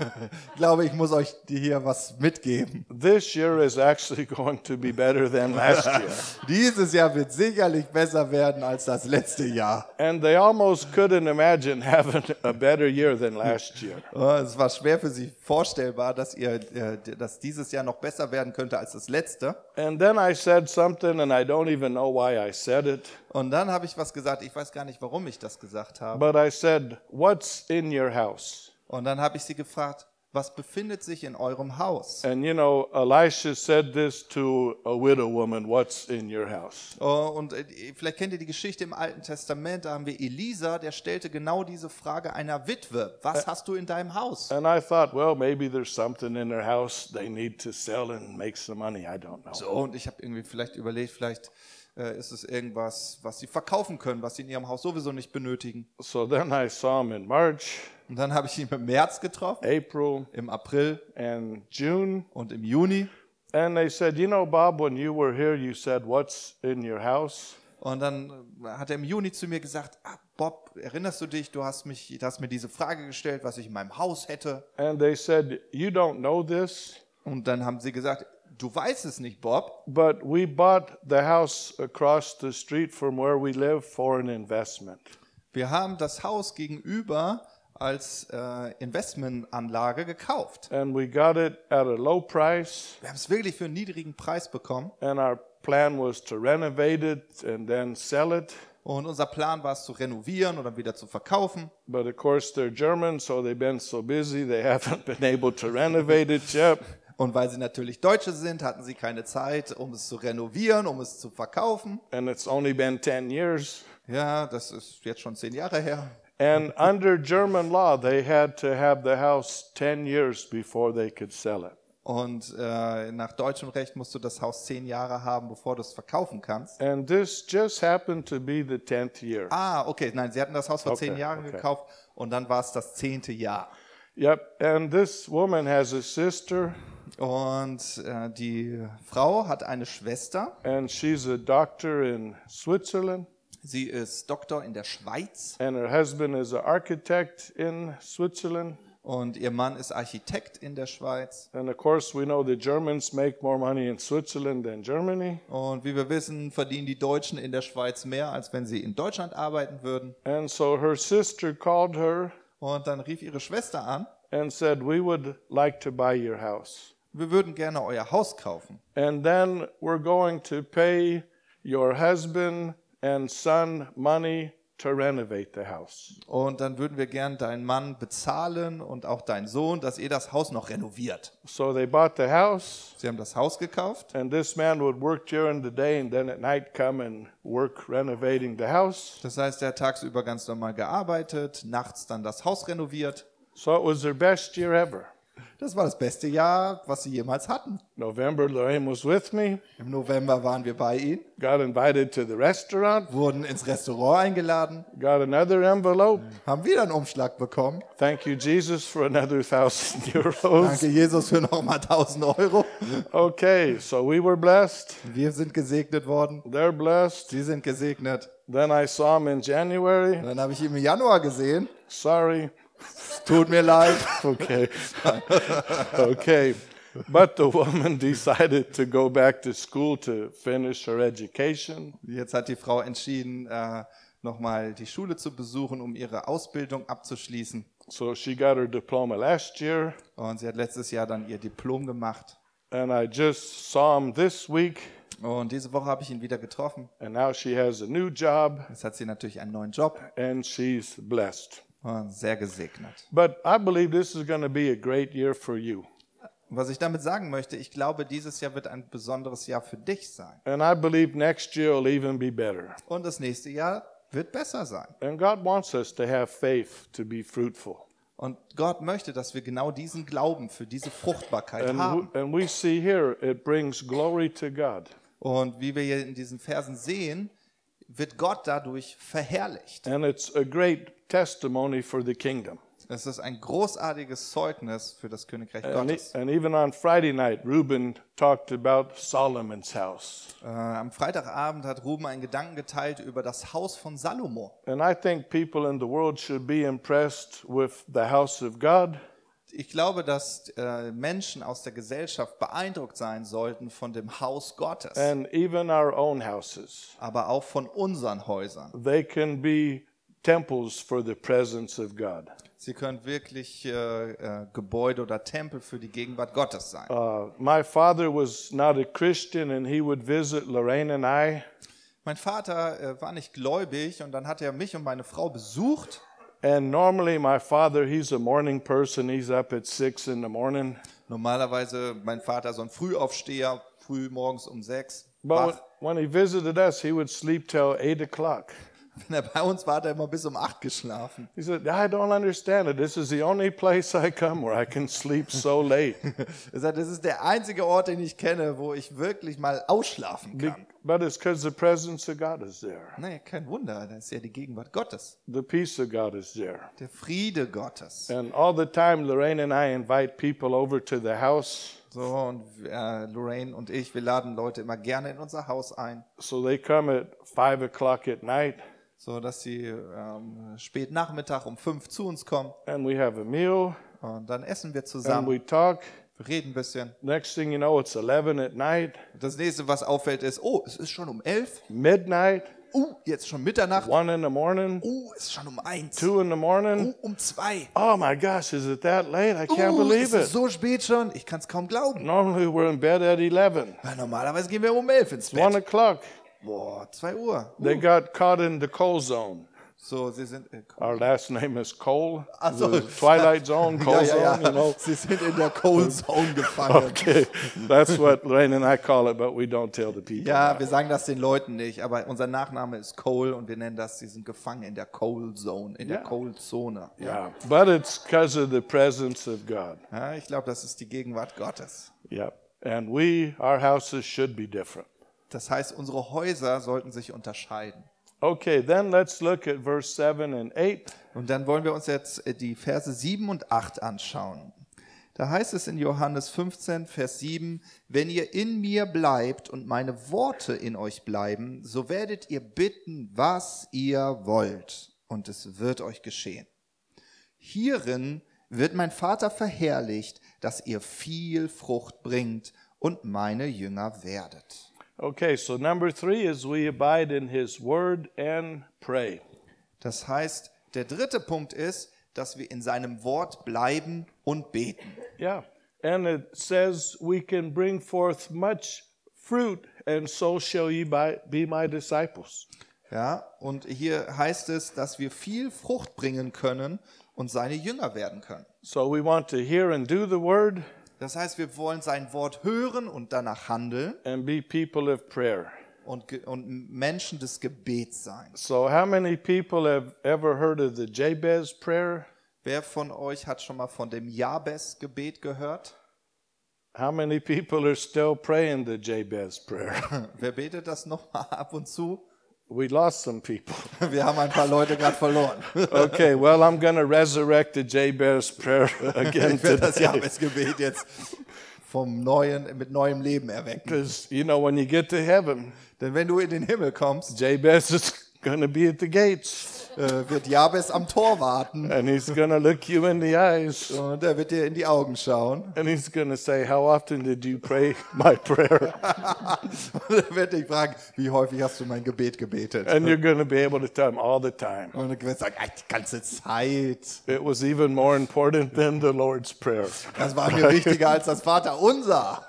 [SPEAKER 2] ich glaube, ich muss euch hier was mitgeben.
[SPEAKER 1] This year is actually [laughs] going to be better than last year.
[SPEAKER 2] Dieses Jahr wird sicherlich besser werden als das letzte Jahr.
[SPEAKER 1] And they almost couldn't imagine [laughs] having a better year than last year.
[SPEAKER 2] Oh, Es war schwer für sie vorstellbar, dass ihr, äh, dass dieses Jahr noch besser werden könnte als das letzte.
[SPEAKER 1] And then I said something, and I don't even know why I said it,
[SPEAKER 2] Und dann habe ich was gesagt. Ich weiß gar nicht, warum ich das gesagt habe.
[SPEAKER 1] but I said, What's in your house?
[SPEAKER 2] Und dann habe ich sie gefragt, was befindet sich in eurem Haus?
[SPEAKER 1] And you know, Elisha said this to a widow woman, What's in your house?
[SPEAKER 2] Oh, Und äh, vielleicht kennt ihr die Geschichte im Alten Testament, da haben wir Elisa, der stellte genau diese Frage einer Witwe. Was hast du in deinem Haus?
[SPEAKER 1] And I thought, well, maybe there's something in their house they need to sell and make some money. I don't know.
[SPEAKER 2] So, und ich habe irgendwie vielleicht überlegt, vielleicht äh, ist es irgendwas, was sie verkaufen können, was sie in ihrem Haus sowieso nicht benötigen.
[SPEAKER 1] So then I saw him in March,
[SPEAKER 2] Und dann habe ich ihn im März getroffen,
[SPEAKER 1] April,
[SPEAKER 2] im April
[SPEAKER 1] and June.
[SPEAKER 2] und im Juni.
[SPEAKER 1] And they said, you know, Bob, when you were here, you said, what's in your house?
[SPEAKER 2] Und dann äh, hat er im Juni zu mir gesagt, ah, Bob, erinnerst du dich, du hast, mich, du hast mir diese Frage gestellt, was ich in meinem Haus hätte.
[SPEAKER 1] And they said, you don't know this,
[SPEAKER 2] Und dann haben sie gesagt, du weißt es nicht, Bob,
[SPEAKER 1] but we bought the house across the street from where we live for an investment.
[SPEAKER 2] Wir haben das Haus gegenüber als äh, Investmentanlage gekauft.
[SPEAKER 1] And we got it at a low price.
[SPEAKER 2] Wir haben es wirklich für einen niedrigen Preis bekommen.
[SPEAKER 1] And our plan was to renovate it and then sell it.
[SPEAKER 2] Und unser Plan war es zu renovieren oder wieder zu verkaufen.
[SPEAKER 1] But of course, they're German, so they've been so busy they [laughs] haven't been able to renovate it yet.
[SPEAKER 2] Und weil sie natürlich Deutsche sind, hatten sie keine Zeit, um es zu renovieren, um es zu verkaufen.
[SPEAKER 1] And it's only been 10 years.
[SPEAKER 2] Ja, das ist jetzt schon zehn Jahre her.
[SPEAKER 1] And under German law, they had to have the house 10 years before they could sell it.
[SPEAKER 2] Und äh, nach deutschem Recht musst du das Haus zehn Jahre haben, bevor du es verkaufen kannst.
[SPEAKER 1] And this just happened to be the 10th year.
[SPEAKER 2] Ah, okay, nein, sie hatten das Haus vor
[SPEAKER 1] Okay,
[SPEAKER 2] zehn Jahren
[SPEAKER 1] okay.
[SPEAKER 2] gekauft und dann war es das zehnte Jahr.
[SPEAKER 1] Yep. And this woman has a sister,
[SPEAKER 2] Und äh, die Frau hat eine Schwester.
[SPEAKER 1] and she's a doctor in Switzerland,
[SPEAKER 2] Sie ist Doktor in der Schweiz
[SPEAKER 1] and her husband is an architect in Switzerland.
[SPEAKER 2] und ihr Mann ist Architekt in der Schweiz.
[SPEAKER 1] And of course, we know the Germans make more money in Switzerland than Germany.
[SPEAKER 2] Und wie wir wissen, verdienen die Deutschen in der Schweiz mehr, als wenn sie in Deutschland arbeiten würden.
[SPEAKER 1] And so her sister called her
[SPEAKER 2] Und dann rief ihre Schwester an,
[SPEAKER 1] and said, We would like to buy your house.
[SPEAKER 2] wir würden gerne euer Haus kaufen.
[SPEAKER 1] And then we're going to pay your husband and son money to renovate the house.
[SPEAKER 2] Und dann würden wir gern deinen Mann bezahlen und auch deinen Sohn, dass ihr das Haus noch renoviert.
[SPEAKER 1] So they bought the house,
[SPEAKER 2] Sie haben das Haus gekauft
[SPEAKER 1] and this man would work during the day and then at night come and work renovating the house.
[SPEAKER 2] das heißt, er hat tagsüber ganz normal gearbeitet, nachts dann das Haus renoviert.
[SPEAKER 1] So it was their best year ever.
[SPEAKER 2] Das war das beste Jahr, was sie jemals hatten.
[SPEAKER 1] November, Lorraine was with me,
[SPEAKER 2] Im November waren wir bei ihnen,
[SPEAKER 1] got invited to the restaurant,
[SPEAKER 2] wurden ins Restaurant eingeladen,
[SPEAKER 1] got another envelope.
[SPEAKER 2] haben wieder einen Umschlag bekommen.
[SPEAKER 1] Thank you, Jesus, for another thousand [laughs] euros.
[SPEAKER 2] Danke Jesus für nochmal 1000 Euro.
[SPEAKER 1] Okay, so we were blessed.
[SPEAKER 2] Wir sind gesegnet worden.
[SPEAKER 1] They're blessed.
[SPEAKER 2] Sie sind gesegnet.
[SPEAKER 1] Then I saw him in
[SPEAKER 2] Und
[SPEAKER 1] January.
[SPEAKER 2] dann habe ich ihn im Januar gesehen.
[SPEAKER 1] Sorry. [laughs]
[SPEAKER 2] Es tut mir leid.
[SPEAKER 1] Okay. [laughs] okay. But the woman [laughs] decided to go back to school to finish her education.
[SPEAKER 2] Jetzt hat die Frau entschieden, äh, nochmal die Schule zu besuchen, um ihre Ausbildung abzuschließen.
[SPEAKER 1] So she got her diploma last year.
[SPEAKER 2] Und sie hat letztes Jahr dann ihr Diplom gemacht.
[SPEAKER 1] And I just saw him this week.
[SPEAKER 2] Und diese Woche habe ich ihn wieder getroffen.
[SPEAKER 1] And now she has a new job
[SPEAKER 2] Jetzt hat sie natürlich einen neuen Job
[SPEAKER 1] and she's blessed.
[SPEAKER 2] und sehr gesegnet.
[SPEAKER 1] But I believe this is going to be a great year for you.
[SPEAKER 2] Was ich damit sagen möchte, ich glaube, dieses Jahr wird ein besonderes Jahr für dich sein.
[SPEAKER 1] And I believe next year will even be better.
[SPEAKER 2] Und das nächste Jahr wird besser sein.
[SPEAKER 1] And God wants us to have faith to be fruitful.
[SPEAKER 2] Und Gott möchte, dass wir genau diesen Glauben für diese Fruchtbarkeit
[SPEAKER 1] And, w-
[SPEAKER 2] haben.
[SPEAKER 1] and we see here it brings glory to God.
[SPEAKER 2] Und wie wir hier in diesen Versen sehen, wird Gott dadurch verherrlicht.
[SPEAKER 1] And it's a great testimony for the kingdom.
[SPEAKER 2] Es ist ein großartiges Zeugnis für das Königreich
[SPEAKER 1] And, e-
[SPEAKER 2] Gottes.
[SPEAKER 1] and even on Friday night, Reuben talked about Solomon's house.
[SPEAKER 2] Äh, am Freitagabend hat Ruben einen Gedanken geteilt über das Haus von Salomo.
[SPEAKER 1] And I think people in the world should be impressed with the house of God
[SPEAKER 2] Ich glaube, dass äh, Menschen aus der Gesellschaft beeindruckt sein sollten von dem Haus Gottes,
[SPEAKER 1] and even our own houses.
[SPEAKER 2] aber auch von unseren Häusern.
[SPEAKER 1] They can be temples for the presence of God.
[SPEAKER 2] Sie können wirklich äh, äh, Gebäude oder Tempel für die Gegenwart Gottes sein.
[SPEAKER 1] Uh, my father was not a Christian, and he would visit Lorraine and I.
[SPEAKER 2] Mein Vater äh, war nicht gläubig und dann hat er mich und meine Frau besucht.
[SPEAKER 1] And normally, my father, he's a morning person. He's up at six in the morning.
[SPEAKER 2] Normalerweise mein Vater so ein Frühaufsteher, früh morgens um sechs.
[SPEAKER 1] But
[SPEAKER 2] [laughs] Wach.
[SPEAKER 1] when he visited us, he would sleep till eight o'clock.
[SPEAKER 2] Wenn er bei uns war, hat er immer bis um acht geschlafen. [laughs]
[SPEAKER 1] He said, I don't understand it. This is the only place I come where I can sleep so late.
[SPEAKER 2] Er sagt, das ist der einzige Ort, den ich kenne, wo ich wirklich mal ausschlafen
[SPEAKER 1] Be-
[SPEAKER 2] kann.
[SPEAKER 1] but it's because the presence of God is there,
[SPEAKER 2] Nee, kein Wunder, das ist ja die Gegenwart Gottes,
[SPEAKER 1] the peace of God is there.
[SPEAKER 2] der Friede Gottes.
[SPEAKER 1] And all the time, Lorraine and I invite people over to the house
[SPEAKER 2] So, und äh, Lorraine und ich, wir laden Leute immer gerne in unser Haus ein,
[SPEAKER 1] so they come at five o'clock at night.
[SPEAKER 2] so dass sie ähm, spät Nachmittag um fünf zu uns kommen
[SPEAKER 1] and we have a meal
[SPEAKER 2] und dann essen wir
[SPEAKER 1] and
[SPEAKER 2] zusammen,
[SPEAKER 1] we talk.
[SPEAKER 2] wir reden ein bisschen.
[SPEAKER 1] Next thing you know, it's 11 at night,
[SPEAKER 2] Das nächste, was auffällt, ist, oh, es ist schon um elf,
[SPEAKER 1] midnight,
[SPEAKER 2] uh, jetzt schon Mitternacht,
[SPEAKER 1] 1 in the morning,
[SPEAKER 2] uh, es ist schon um eins, uh,
[SPEAKER 1] 2 in the morning.
[SPEAKER 2] um zwei.
[SPEAKER 1] Oh my gosh, is it that late? I can't
[SPEAKER 2] Uh, es
[SPEAKER 1] believe it.
[SPEAKER 2] ist so spät schon, ich kann es kaum glauben.
[SPEAKER 1] Normally we're in bed at 11,
[SPEAKER 2] Weil normalerweise gehen wir um elf ins
[SPEAKER 1] 1
[SPEAKER 2] Bett.
[SPEAKER 1] o'clock.
[SPEAKER 2] Boah, 2 Uhr.
[SPEAKER 1] They got caught in the coal zone.
[SPEAKER 2] So, sie sind. Äh,
[SPEAKER 1] Our last name is Coal.
[SPEAKER 2] Ah, so.
[SPEAKER 1] The Twilight
[SPEAKER 2] [laughs]
[SPEAKER 1] Zone, Coal
[SPEAKER 2] ja, ja,
[SPEAKER 1] Zone, you
[SPEAKER 2] ja.
[SPEAKER 1] know.
[SPEAKER 2] Sie sind in der Cold Zone gefangen.
[SPEAKER 1] Okay, that's what Lorraine and I call it, but we don't tell the people.
[SPEAKER 2] Ja, wir sagen das den Leuten nicht, aber unser Nachname ist Cole und wir nennen das, sie sind gefangen in der Cold Zone, in der
[SPEAKER 1] Ja.
[SPEAKER 2] Cold Zone.
[SPEAKER 1] Yeah, but it's because of the presence of God.
[SPEAKER 2] Ja, ich glaube, das ist die Gegenwart Gottes.
[SPEAKER 1] Yep. And we, our houses should be different.
[SPEAKER 2] Das heißt, unsere Häuser sollten sich unterscheiden.
[SPEAKER 1] Okay, then let's look at verse 7 and 8.
[SPEAKER 2] Und dann wollen wir uns jetzt äh, die Verse 7 und 8 anschauen. Da heißt es in Johannes 15, Vers 7, wenn ihr in mir bleibt und meine Worte in euch bleiben, so werdet ihr bitten, was ihr wollt, und es wird euch geschehen. Hierin wird mein Vater verherrlicht, dass ihr viel Frucht bringt und meine Jünger werdet.
[SPEAKER 1] Okay, so number 3 is we abide in his word and pray.
[SPEAKER 2] Das heißt, der dritte Punkt ist, dass wir in seinem Wort bleiben und beten.
[SPEAKER 1] Yeah. And it says we can bring forth much fruit and so shall ye by, be my disciples.
[SPEAKER 2] Ja, und hier heißt es, dass wir viel Frucht bringen können und seine Jünger werden können.
[SPEAKER 1] So we want to hear and do the word
[SPEAKER 2] Das heißt, wir wollen sein Wort hören und danach handeln
[SPEAKER 1] and be people of prayer.
[SPEAKER 2] und, ge- und Menschen des Gebets sein.
[SPEAKER 1] So how many people have ever heard of the Jabez prayer?
[SPEAKER 2] Wer von euch hat schon mal von dem Jabes-Gebet gehört?
[SPEAKER 1] How many people are still praying the Jabez prayer? [laughs]
[SPEAKER 2] Wer betet das nochmal ab und zu?
[SPEAKER 1] we lost some people. [laughs]
[SPEAKER 2] Wir haben ein paar Leute gerade verloren.
[SPEAKER 1] Okay, well, I'm going to resurrect the Jabez prayer [laughs] again
[SPEAKER 2] [laughs] Ich werde das
[SPEAKER 1] today.
[SPEAKER 2] Jabes-Gebet jetzt vom neuen, mit neuem Leben erwecken.
[SPEAKER 1] Because, you know, when you get to heaven,
[SPEAKER 2] Denn wenn du in den Himmel kommst,
[SPEAKER 1] Jabez is [laughs] going to be at the gates
[SPEAKER 2] äh, wird Jabes am Tor warten
[SPEAKER 1] and he's going to look you in the eyes
[SPEAKER 2] und er wird dir in die Augen schauen.
[SPEAKER 1] and he's going to say, How often did you pray [laughs] my prayer?
[SPEAKER 2] [laughs] Und er wird dich fragen, wie häufig hast du mein Gebet gebetet?
[SPEAKER 1] And you're going to be able to tell him all the time.
[SPEAKER 2] Und er wird sagen, "Ach, die ganze Zeit.
[SPEAKER 1] It was even more important than the Lord's Prayer.
[SPEAKER 2] Das war mir wichtiger als das Vaterunser.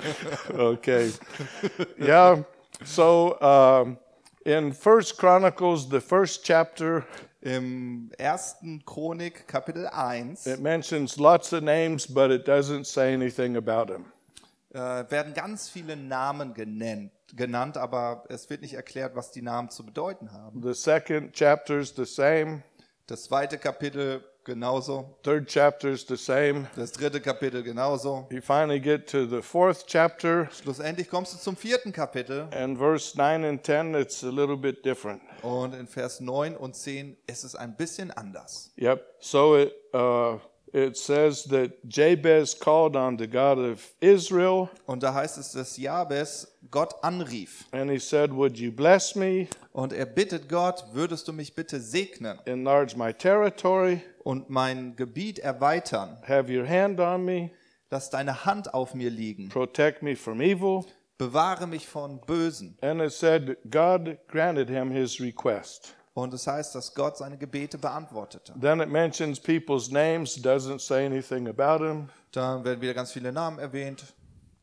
[SPEAKER 1] Okay. [laughs] Yeah. So um, in First Chronicles, the first chapter,
[SPEAKER 2] Im ersten Chronik Kapitel 1 äh,
[SPEAKER 1] It mentions lots of names, but it doesn't say anything about him.
[SPEAKER 2] äh, werden ganz viele Namen genannt, genannt, aber es wird nicht erklärt, was die Namen zu bedeuten haben.
[SPEAKER 1] The second chapter's the same,
[SPEAKER 2] Das zweite Kapitel genauso,
[SPEAKER 1] third chapter's the same.
[SPEAKER 2] das dritte Kapitel genauso.
[SPEAKER 1] You finally get to the fourth chapter,
[SPEAKER 2] Schlussendlich kommst du zum vierten Kapitel
[SPEAKER 1] and verse 9 and 10, it's a little bit different.
[SPEAKER 2] und in Vers 9 und 10 ist es ein bisschen anders.
[SPEAKER 1] Yep. So it, uh, it says that Jabez called on the God of Israel,
[SPEAKER 2] Und da heißt es, dass Jabes Gott anrief
[SPEAKER 1] and he said, Would you bless me,
[SPEAKER 2] und er bittet Gott, würdest du mich bitte segnen
[SPEAKER 1] enlarge my territory,
[SPEAKER 2] und mein Gebiet erweitern,
[SPEAKER 1] have your hand on me,
[SPEAKER 2] lass deine Hand auf mir liegen,
[SPEAKER 1] protect me from evil?
[SPEAKER 2] bewahre mich von Bösen.
[SPEAKER 1] And it said, God granted him his request.
[SPEAKER 2] Und es heißt, dass Gott seine Gebete beantwortete.
[SPEAKER 1] Then it mentions people's names, doesn't say anything about them.
[SPEAKER 2] Dann werden wieder ganz viele Namen erwähnt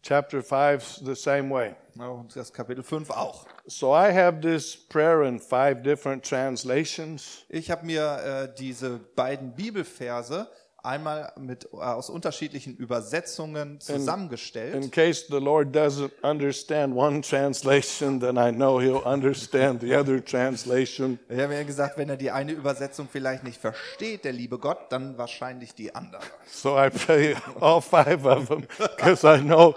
[SPEAKER 1] Chapter 5, the same way.
[SPEAKER 2] und das Kapitel 5 auch.
[SPEAKER 1] So I have this prayer in five different translations.
[SPEAKER 2] Ich habe mir äh, diese beiden Bibelverse einmal mit, äh, aus unterschiedlichen Übersetzungen
[SPEAKER 1] In
[SPEAKER 2] zusammengestellt.
[SPEAKER 1] case the Lord doesn't understand one translation, then I know He'll understand the other translation.
[SPEAKER 2] Ich habe mir gesagt, wenn er die eine Übersetzung vielleicht nicht versteht, der liebe Gott, dann wahrscheinlich die andere.
[SPEAKER 1] So I pray all five of them because I know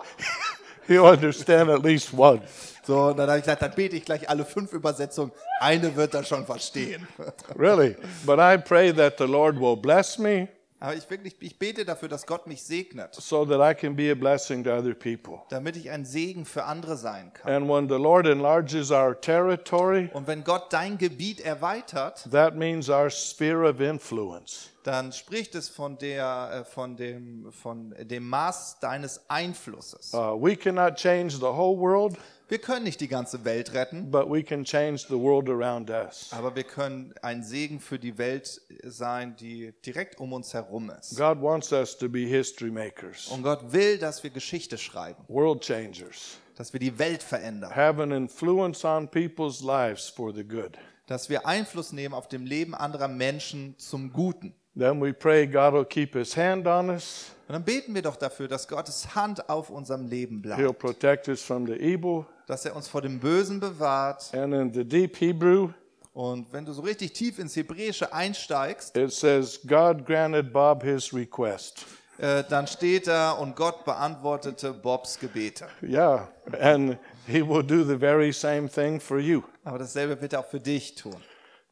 [SPEAKER 1] He'll understand at least one.
[SPEAKER 2] So, und dann habe ich gesagt, dann bete ich gleich alle fünf Übersetzungen. Eine wird er schon verstehen.
[SPEAKER 1] Really. But I pray that the Lord will bless me
[SPEAKER 2] Aber ich wirklich, ich bete dafür, dass Gott mich segnet,
[SPEAKER 1] so that I can be a blessing to other people.
[SPEAKER 2] damit ich ein Segen für andere sein kann.
[SPEAKER 1] And when the Lord enlarges our territory,
[SPEAKER 2] Und wenn Gott dein Gebiet erweitert,
[SPEAKER 1] that means our sphere of influence.
[SPEAKER 2] dann spricht es von der, äh, von dem, von dem Maß deines Einflusses.
[SPEAKER 1] Uh, we cannot change the whole world,
[SPEAKER 2] Wir können nicht die ganze Welt retten,
[SPEAKER 1] but we can change the world around us.
[SPEAKER 2] aber wir können ein Segen für die Welt sein, die direkt um uns herum ist.
[SPEAKER 1] God wants us to be history makers,
[SPEAKER 2] Und Gott will, dass wir Geschichte schreiben,
[SPEAKER 1] world changers,
[SPEAKER 2] dass wir die Welt verändern,
[SPEAKER 1] have an influence on people's lives for the good.
[SPEAKER 2] dass wir Einfluss nehmen auf dem Leben anderer Menschen zum Guten.
[SPEAKER 1] Then we pray God will keep his hand on us,
[SPEAKER 2] Und dann beten wir doch dafür, dass Gottes Hand auf unserem Leben
[SPEAKER 1] he'll
[SPEAKER 2] bleibt,
[SPEAKER 1] protect us from the evil.
[SPEAKER 2] dass er uns vor dem Bösen bewahrt.
[SPEAKER 1] And in the deep Hebrew,
[SPEAKER 2] Und wenn du so richtig tief ins Hebräische einsteigst,
[SPEAKER 1] it says, God granted Bob his request.
[SPEAKER 2] Äh, dann steht da und Gott beantwortete Bobs Gebete.
[SPEAKER 1] Yeah, and he will do the very same thing for you.
[SPEAKER 2] Aber dasselbe wird er auch für dich tun.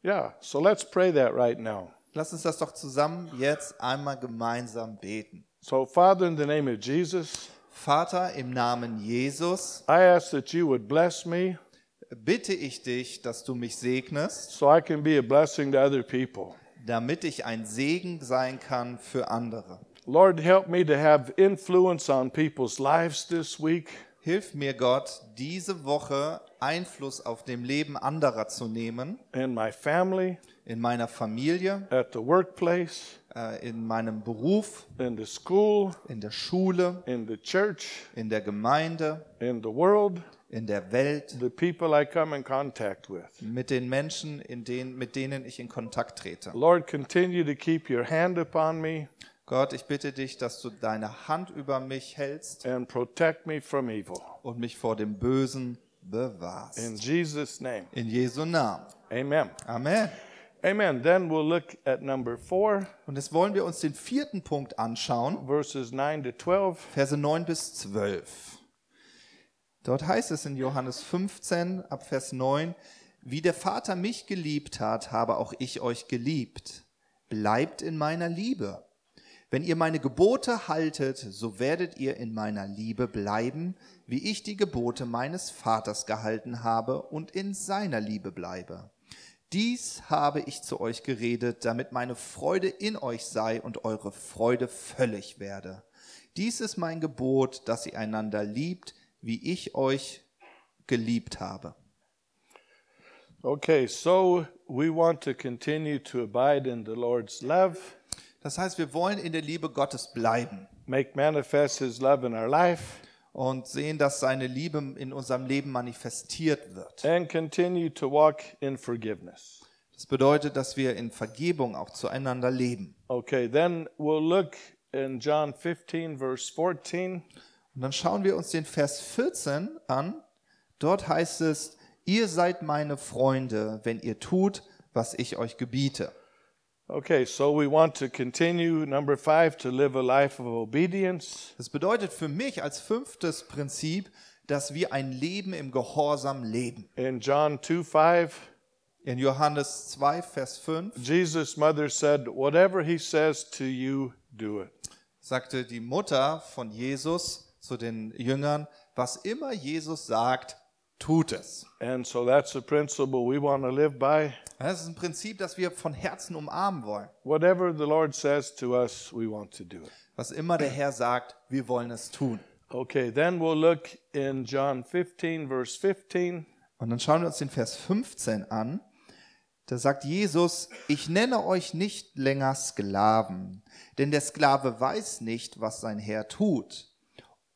[SPEAKER 1] Yeah, so let's pray that right now.
[SPEAKER 2] Lass uns das doch zusammen jetzt einmal gemeinsam beten.
[SPEAKER 1] So, Father, in the name of Jesus,
[SPEAKER 2] Vater, im Namen Jesus
[SPEAKER 1] I ask that you would bless me
[SPEAKER 2] bitte ich dich, dass du mich segnest,
[SPEAKER 1] so I can be a blessing to other people.
[SPEAKER 2] damit ich ein Segen sein kann für andere.
[SPEAKER 1] Lord, help me to have influence on people's lives this week.
[SPEAKER 2] Hilf mir Gott, diese Woche Einfluss auf dem Leben anderer zu nehmen,
[SPEAKER 1] In my family,
[SPEAKER 2] in meiner Familie,
[SPEAKER 1] at the workplace,
[SPEAKER 2] äh, in meinem Beruf,
[SPEAKER 1] in the school,
[SPEAKER 2] in der Schule,
[SPEAKER 1] in the church,
[SPEAKER 2] in der Gemeinde,
[SPEAKER 1] in the world,
[SPEAKER 2] in der Welt.
[SPEAKER 1] the people I come in contact with.
[SPEAKER 2] mit den Menschen, in denen, mit denen ich in Kontakt trete.
[SPEAKER 1] Lord, continue to keep your hand upon me
[SPEAKER 2] Gott, ich bitte dich, dass du deine Hand über mich hältst
[SPEAKER 1] and protect me from evil.
[SPEAKER 2] und mich vor dem Bösen bewahrst.
[SPEAKER 1] In Jesus' name,
[SPEAKER 2] In Jesu Namen.
[SPEAKER 1] amen.
[SPEAKER 2] Amen.
[SPEAKER 1] Amen. Then we'll look at number four,
[SPEAKER 2] Und jetzt wollen wir uns den vierten Punkt anschauen,
[SPEAKER 1] verses 9 to 12.
[SPEAKER 2] Verse 9 bis 12. Dort heißt es in Johannes 15 ab Vers 9, wie der Vater mich geliebt hat, habe auch ich euch geliebt. Bleibt in meiner Liebe. Wenn ihr meine Gebote haltet, so werdet ihr in meiner Liebe bleiben, wie ich die Gebote meines Vaters gehalten habe und in seiner Liebe bleibe. Dies habe ich zu euch geredet, damit meine Freude in euch sei und eure Freude völlig werde. Dies ist mein Gebot, dass ihr einander liebt, wie ich euch geliebt habe.
[SPEAKER 1] Okay, so we want to continue to abide in the Lord's love,
[SPEAKER 2] Das heißt, wir wollen in der Liebe Gottes bleiben
[SPEAKER 1] make manifest His love in our life,
[SPEAKER 2] und sehen, dass seine Liebe in unserem Leben manifestiert wird.
[SPEAKER 1] and continue to walk in forgiveness.
[SPEAKER 2] Das bedeutet, dass wir in Vergebung auch zueinander leben.
[SPEAKER 1] Okay, then we'll look in John 15, verse 14.
[SPEAKER 2] Und dann schauen wir uns den Vers 14 an. Dort heißt es, ihr seid meine Freunde, wenn ihr tut, was ich euch gebiete.
[SPEAKER 1] Okay, so we want to continue, number five, to live a life of obedience.
[SPEAKER 2] Das bedeutet für mich als fünftes Prinzip, dass wir ein Leben im Gehorsam leben.
[SPEAKER 1] In John 2 5,
[SPEAKER 2] In Johannes 2, Vers 5
[SPEAKER 1] Jesus' mother said, Whatever he says to you, do it.
[SPEAKER 2] sagte die Mutter von Jesus zu den Jüngern, was immer Jesus sagt, tut es.
[SPEAKER 1] And so that's the principle we want to live by.
[SPEAKER 2] Das ist ein Prinzip, das wir von Herzen umarmen wollen.
[SPEAKER 1] Whatever the Lord says to us, we want to do it.
[SPEAKER 2] Was immer der Herr sagt, wir wollen es tun.
[SPEAKER 1] Okay, then we'll look in John 15, verse 15.
[SPEAKER 2] Und dann schauen wir uns den Vers 15 an. Da sagt Jesus, ich nenne euch nicht länger Sklaven, denn der Sklave weiß nicht, was sein Herr tut.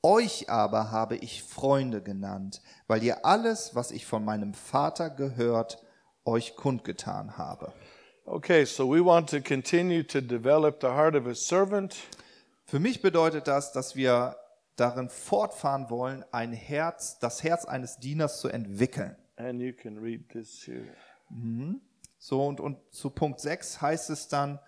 [SPEAKER 2] Euch aber habe ich Freunde genannt, weil ihr alles, was ich von meinem Vater gehört, euch kundgetan habe.
[SPEAKER 1] Okay, so we want to continue to develop the heart of a servant.
[SPEAKER 2] Für mich bedeutet das, dass wir darin fortfahren wollen, ein Herz, das Herz eines Dieners zu entwickeln.
[SPEAKER 1] And you can read this here.
[SPEAKER 2] So, und, und zu Punkt 6 heißt es dann,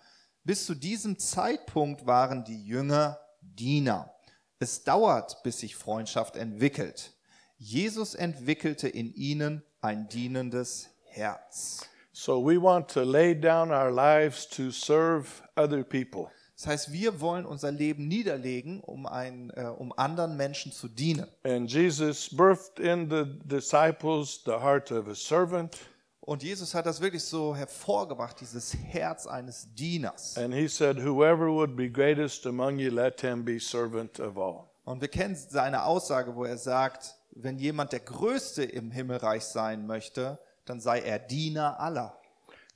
[SPEAKER 2] bis zu diesem Zeitpunkt waren die Jünger Diener. Es dauert, bis sich Freundschaft entwickelt. Jesus entwickelte in ihnen ein dienendes Herz.
[SPEAKER 1] So we want to lay down our lives to serve other people.
[SPEAKER 2] Das heißt, wir wollen unser Leben niederlegen, um, ein, äh, um anderen Menschen zu dienen.
[SPEAKER 1] And Jesus birthed in the disciples the heart of a servant.
[SPEAKER 2] Und Jesus hat das wirklich so hervorgebracht, dieses Herz eines Dieners.
[SPEAKER 1] And he said, Whoever would be greatest among you, let him be servant of all.
[SPEAKER 2] Und wir kennen seine Aussage, wo er sagt, wenn jemand der Größte im Himmelreich sein möchte, dann sei er Diener aller.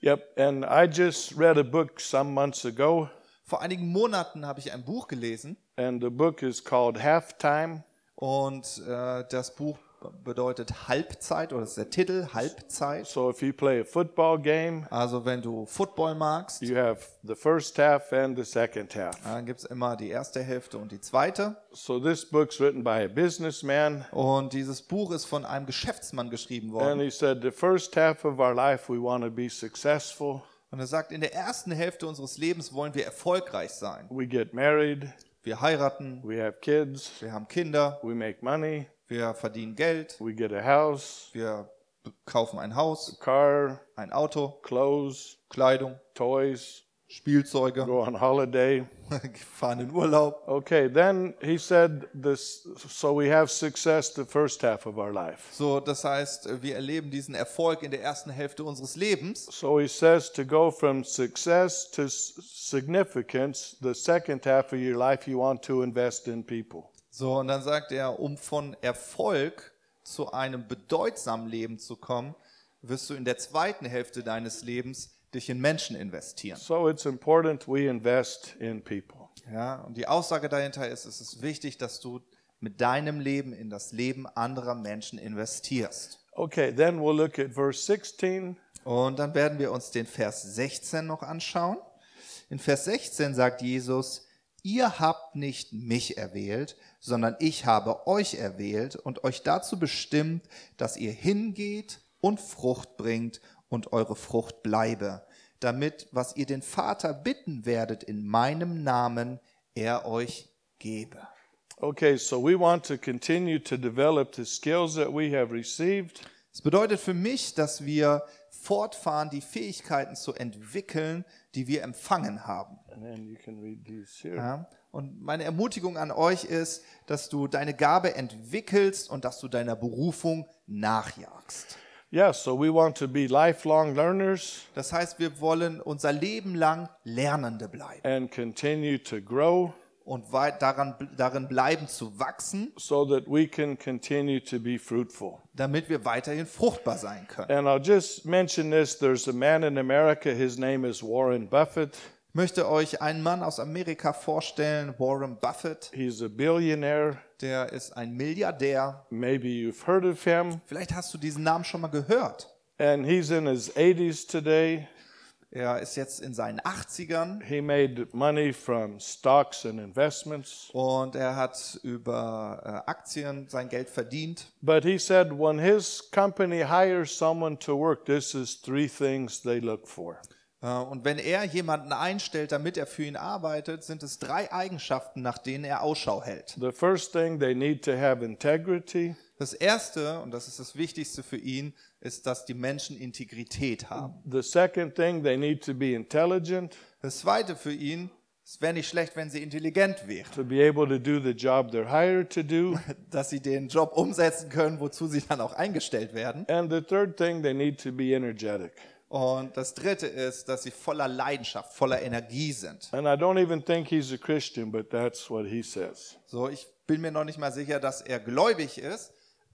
[SPEAKER 1] Yep. And I just read a book some months ago,
[SPEAKER 2] Vor einigen Monaten habe ich ein Buch gelesen
[SPEAKER 1] and the book is called Halftime.
[SPEAKER 2] und äh, das Buch bedeutet Halbzeit oder ist der Titel Halbzeit.
[SPEAKER 1] So if you play a football game,
[SPEAKER 2] Also wenn du Football magst,
[SPEAKER 1] you have the first half and the second half.
[SPEAKER 2] dann gibt es immer die erste Hälfte und die zweite.
[SPEAKER 1] So this book's written by a businessman,
[SPEAKER 2] Und dieses Buch ist von einem Geschäftsmann geschrieben worden.
[SPEAKER 1] and he said, The first half of our life, we want to be successful.
[SPEAKER 2] Und er sagt, in der ersten Hälfte unseres Lebens wollen wir erfolgreich sein.
[SPEAKER 1] We get married,
[SPEAKER 2] Wir heiraten,
[SPEAKER 1] we have kids,
[SPEAKER 2] wir haben Kinder,
[SPEAKER 1] we make money,
[SPEAKER 2] wir verdienen Geld.
[SPEAKER 1] we get a house,
[SPEAKER 2] Wir b- kaufen ein Haus,
[SPEAKER 1] car,
[SPEAKER 2] ein Auto,
[SPEAKER 1] clothes,
[SPEAKER 2] Kleidung,
[SPEAKER 1] toys,
[SPEAKER 2] Spielzeuge,
[SPEAKER 1] go on holiday.
[SPEAKER 2] [laughs] fahren in Urlaub.
[SPEAKER 1] Okay, then he said this so we have success the first half of our life.
[SPEAKER 2] So, das heißt, wir erleben diesen Erfolg in der ersten Hälfte unseres Lebens.
[SPEAKER 1] So he says to go from success to s- significance, the second half of your life you want to invest in people.
[SPEAKER 2] So, und dann sagt er, um von Erfolg zu einem bedeutsamen Leben zu kommen, wirst du in der zweiten Hälfte deines Lebens dich in Menschen investieren.
[SPEAKER 1] So it's important we invest in people.
[SPEAKER 2] Ja, und die Aussage dahinter ist, es ist wichtig, dass du mit deinem Leben in das Leben anderer Menschen investierst.
[SPEAKER 1] Okay, then we'll look at verse 16.
[SPEAKER 2] Und dann werden wir uns den Vers 16 noch anschauen. In Vers 16 sagt Jesus, ihr habt nicht mich erwählt, sondern ich habe euch erwählt und euch dazu bestimmt, dass ihr hingeht und Frucht bringt und eure Frucht bleibe, damit, was ihr den Vater bitten werdet in meinem Namen, er euch gebe.
[SPEAKER 1] Okay, so we want to continue to develop the skills that we have received
[SPEAKER 2] Es bedeutet für mich, dass wir fortfahren, die Fähigkeiten zu entwickeln, die wir empfangen haben.
[SPEAKER 1] And then you can read these here.
[SPEAKER 2] Ja? Und meine Ermutigung an euch ist, dass du deine Gabe entwickelst und dass du deiner Berufung nachjagst.
[SPEAKER 1] Yeah, so we want to be lifelong learners
[SPEAKER 2] Das heißt, wir wollen unser Leben lang Lernende bleiben
[SPEAKER 1] and continue to grow
[SPEAKER 2] und weit daran, darin bleiben zu wachsen,
[SPEAKER 1] so that we can continue to be fruitful.
[SPEAKER 2] damit wir weiterhin fruchtbar sein können.
[SPEAKER 1] And I'll just mention this there's a man in America, his name is Warren Buffett.
[SPEAKER 2] Ich möchte euch einen Mann aus Amerika vorstellen, Warren Buffett.
[SPEAKER 1] He's a billionaire.
[SPEAKER 2] Der ist ein Milliardär.
[SPEAKER 1] Maybe you've heard of him.
[SPEAKER 2] Vielleicht hast du diesen Namen schon mal gehört.
[SPEAKER 1] And he's in his 80s today.
[SPEAKER 2] Er ist jetzt in seinen 80ern
[SPEAKER 1] He made money from stocks and investments.
[SPEAKER 2] und er hat über äh, Aktien sein Geld verdient.
[SPEAKER 1] But he said when his company hires someone to work, this is three things they look for.
[SPEAKER 2] Äh, Und wenn er jemanden einstellt, damit er für ihn arbeitet, sind es drei Eigenschaften, nach denen er Ausschau hält.
[SPEAKER 1] The first thing they need to have integrity.
[SPEAKER 2] Das Erste, und das ist das Wichtigste für ihn, ist, dass die Menschen Integrität haben.
[SPEAKER 1] The second thing they need to be intelligent
[SPEAKER 2] Das Zweite für ihn, es wäre nicht schlecht, wenn sie intelligent wären,
[SPEAKER 1] to be able to do the job they're hired to do.
[SPEAKER 2] dass sie den Job umsetzen können, wozu sie dann auch eingestellt werden.
[SPEAKER 1] And the third thing they need to be energetic.
[SPEAKER 2] Und das Dritte ist, dass sie voller Leidenschaft, voller Energie sind.
[SPEAKER 1] And I don't even think he's a Christian, but that's what he says.
[SPEAKER 2] So, ich bin mir noch nicht mal sicher, dass er gläubig ist,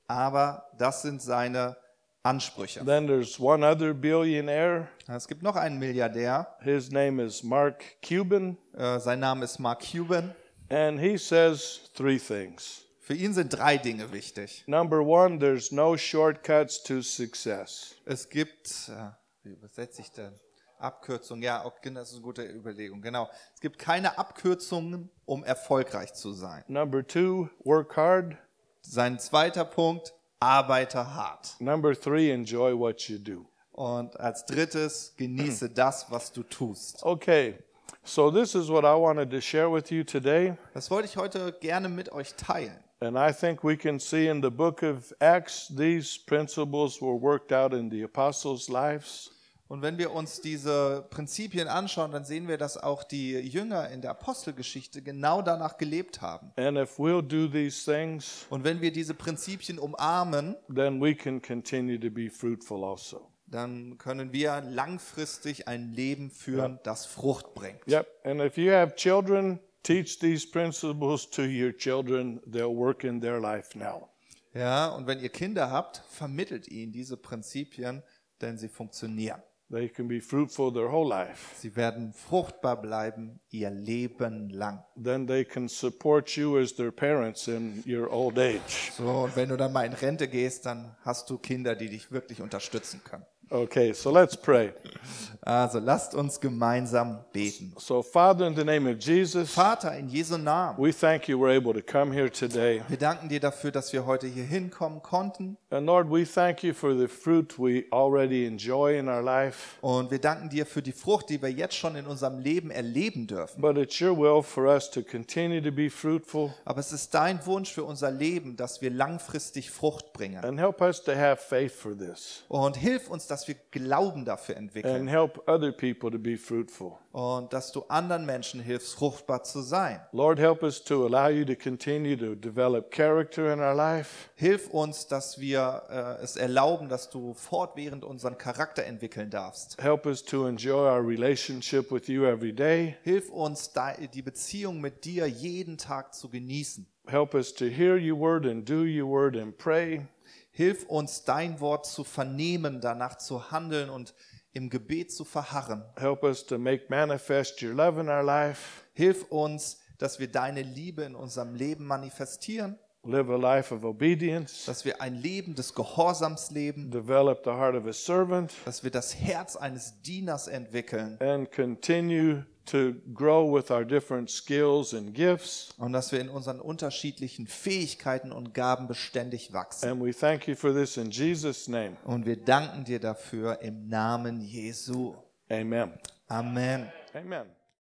[SPEAKER 2] aber das sind seine Ansprüche.
[SPEAKER 1] Then there's one other billionaire.
[SPEAKER 2] Es gibt noch einen Milliardär,
[SPEAKER 1] His name is Mark Cuban,
[SPEAKER 2] äh, sein Name ist Mark Cuban.
[SPEAKER 1] and he says three things.
[SPEAKER 2] Für ihn sind drei Dinge wichtig.
[SPEAKER 1] Number one, there's no shortcuts to success.
[SPEAKER 2] Es gibt, äh, wie übersetze ich denn? Abkürzung, ja, okay, genau, das ist eine gute Überlegung, genau. Es gibt keine Abkürzungen, um erfolgreich zu sein.
[SPEAKER 1] Number two, work hard.
[SPEAKER 2] Sein zweiter Punkt, arbeite hart.
[SPEAKER 1] Number three, enjoy what you do.
[SPEAKER 2] Und als drittes, genieße das, was du tust.
[SPEAKER 1] Okay, so this is what I wanted to share with you today.
[SPEAKER 2] Das wollte ich heute gerne mit euch teilen.
[SPEAKER 1] And I think we can see in the book of Acts, these principles were worked out in the apostles' lives.
[SPEAKER 2] Und wenn wir uns diese Prinzipien anschauen, dann sehen wir, dass auch die Jünger in der Apostelgeschichte genau danach gelebt haben.
[SPEAKER 1] And if we'll do these things,
[SPEAKER 2] Und wenn wir diese Prinzipien umarmen,
[SPEAKER 1] then we can continue to be fruitful also.
[SPEAKER 2] dann können wir langfristig ein Leben führen, das Frucht bringt.
[SPEAKER 1] Yep. And if you have children, teach these principles to your children. They'll work in their life now.
[SPEAKER 2] Ja, und wenn ihr Kinder habt, vermittelt ihnen diese Prinzipien, denn sie funktionieren.
[SPEAKER 1] They can be fruitful their whole life.
[SPEAKER 2] Sie werden fruchtbar bleiben ihr Leben lang.
[SPEAKER 1] Then they can support you as their parents in your old age.
[SPEAKER 2] So, und wenn du dann mal in Rente gehst, dann hast du Kinder, die dich wirklich unterstützen können.
[SPEAKER 1] Okay, so let's pray.
[SPEAKER 2] Also lasst uns gemeinsam beten.
[SPEAKER 1] So, Father, in the name of Jesus,
[SPEAKER 2] Vater, in Jesu Namen,
[SPEAKER 1] we thank you we're able to come here today.
[SPEAKER 2] wir danken dir dafür, dass wir heute hier hinkommen konnten.
[SPEAKER 1] And Lord, we thank you for the fruit we already enjoy in our life.
[SPEAKER 2] Und wir danken dir für die Frucht, die wir jetzt schon in unserem Leben erleben dürfen.
[SPEAKER 1] But it's your will for us to continue to be fruitful
[SPEAKER 2] Aber es ist dein Wunsch für unser Leben, dass wir langfristig Frucht bringen.
[SPEAKER 1] and help us to have faith for this.
[SPEAKER 2] Und hilf uns, dass wir Glauben dafür
[SPEAKER 1] and
[SPEAKER 2] entwickeln.
[SPEAKER 1] help other people to be fruitful.
[SPEAKER 2] Und dass du anderen Menschen hilfst, fruchtbar zu sein.
[SPEAKER 1] Lord, help us to allow you to continue to develop character in our life
[SPEAKER 2] Hilf uns, dass wir äh, es erlauben, dass du fortwährend unseren Charakter entwickeln darfst.
[SPEAKER 1] help us to enjoy our relationship with you every day
[SPEAKER 2] Hilf uns, de- die Beziehung mit dir jeden Tag zu genießen.
[SPEAKER 1] help us to hear your word and do your word and pray
[SPEAKER 2] Hilf uns, dein Wort zu vernehmen, danach zu handeln und im Gebet zu verharren.
[SPEAKER 1] help us to make manifest your love in our life
[SPEAKER 2] Hilf uns, dass wir deine Liebe in unserem Leben manifestieren,
[SPEAKER 1] live a life of obedience
[SPEAKER 2] dass wir ein Leben des Gehorsams leben,
[SPEAKER 1] develop the heart of a servant
[SPEAKER 2] dass wir das Herz eines Dieners entwickeln
[SPEAKER 1] and continue to grow with our different skills and gifts
[SPEAKER 2] und dass wir in unseren unterschiedlichen Fähigkeiten und Gaben beständig wachsen.
[SPEAKER 1] and we thank you for this in Jesus name
[SPEAKER 2] Und wir danken dir dafür im Namen Jesu.
[SPEAKER 1] Amen.
[SPEAKER 2] Amen.
[SPEAKER 1] Amen.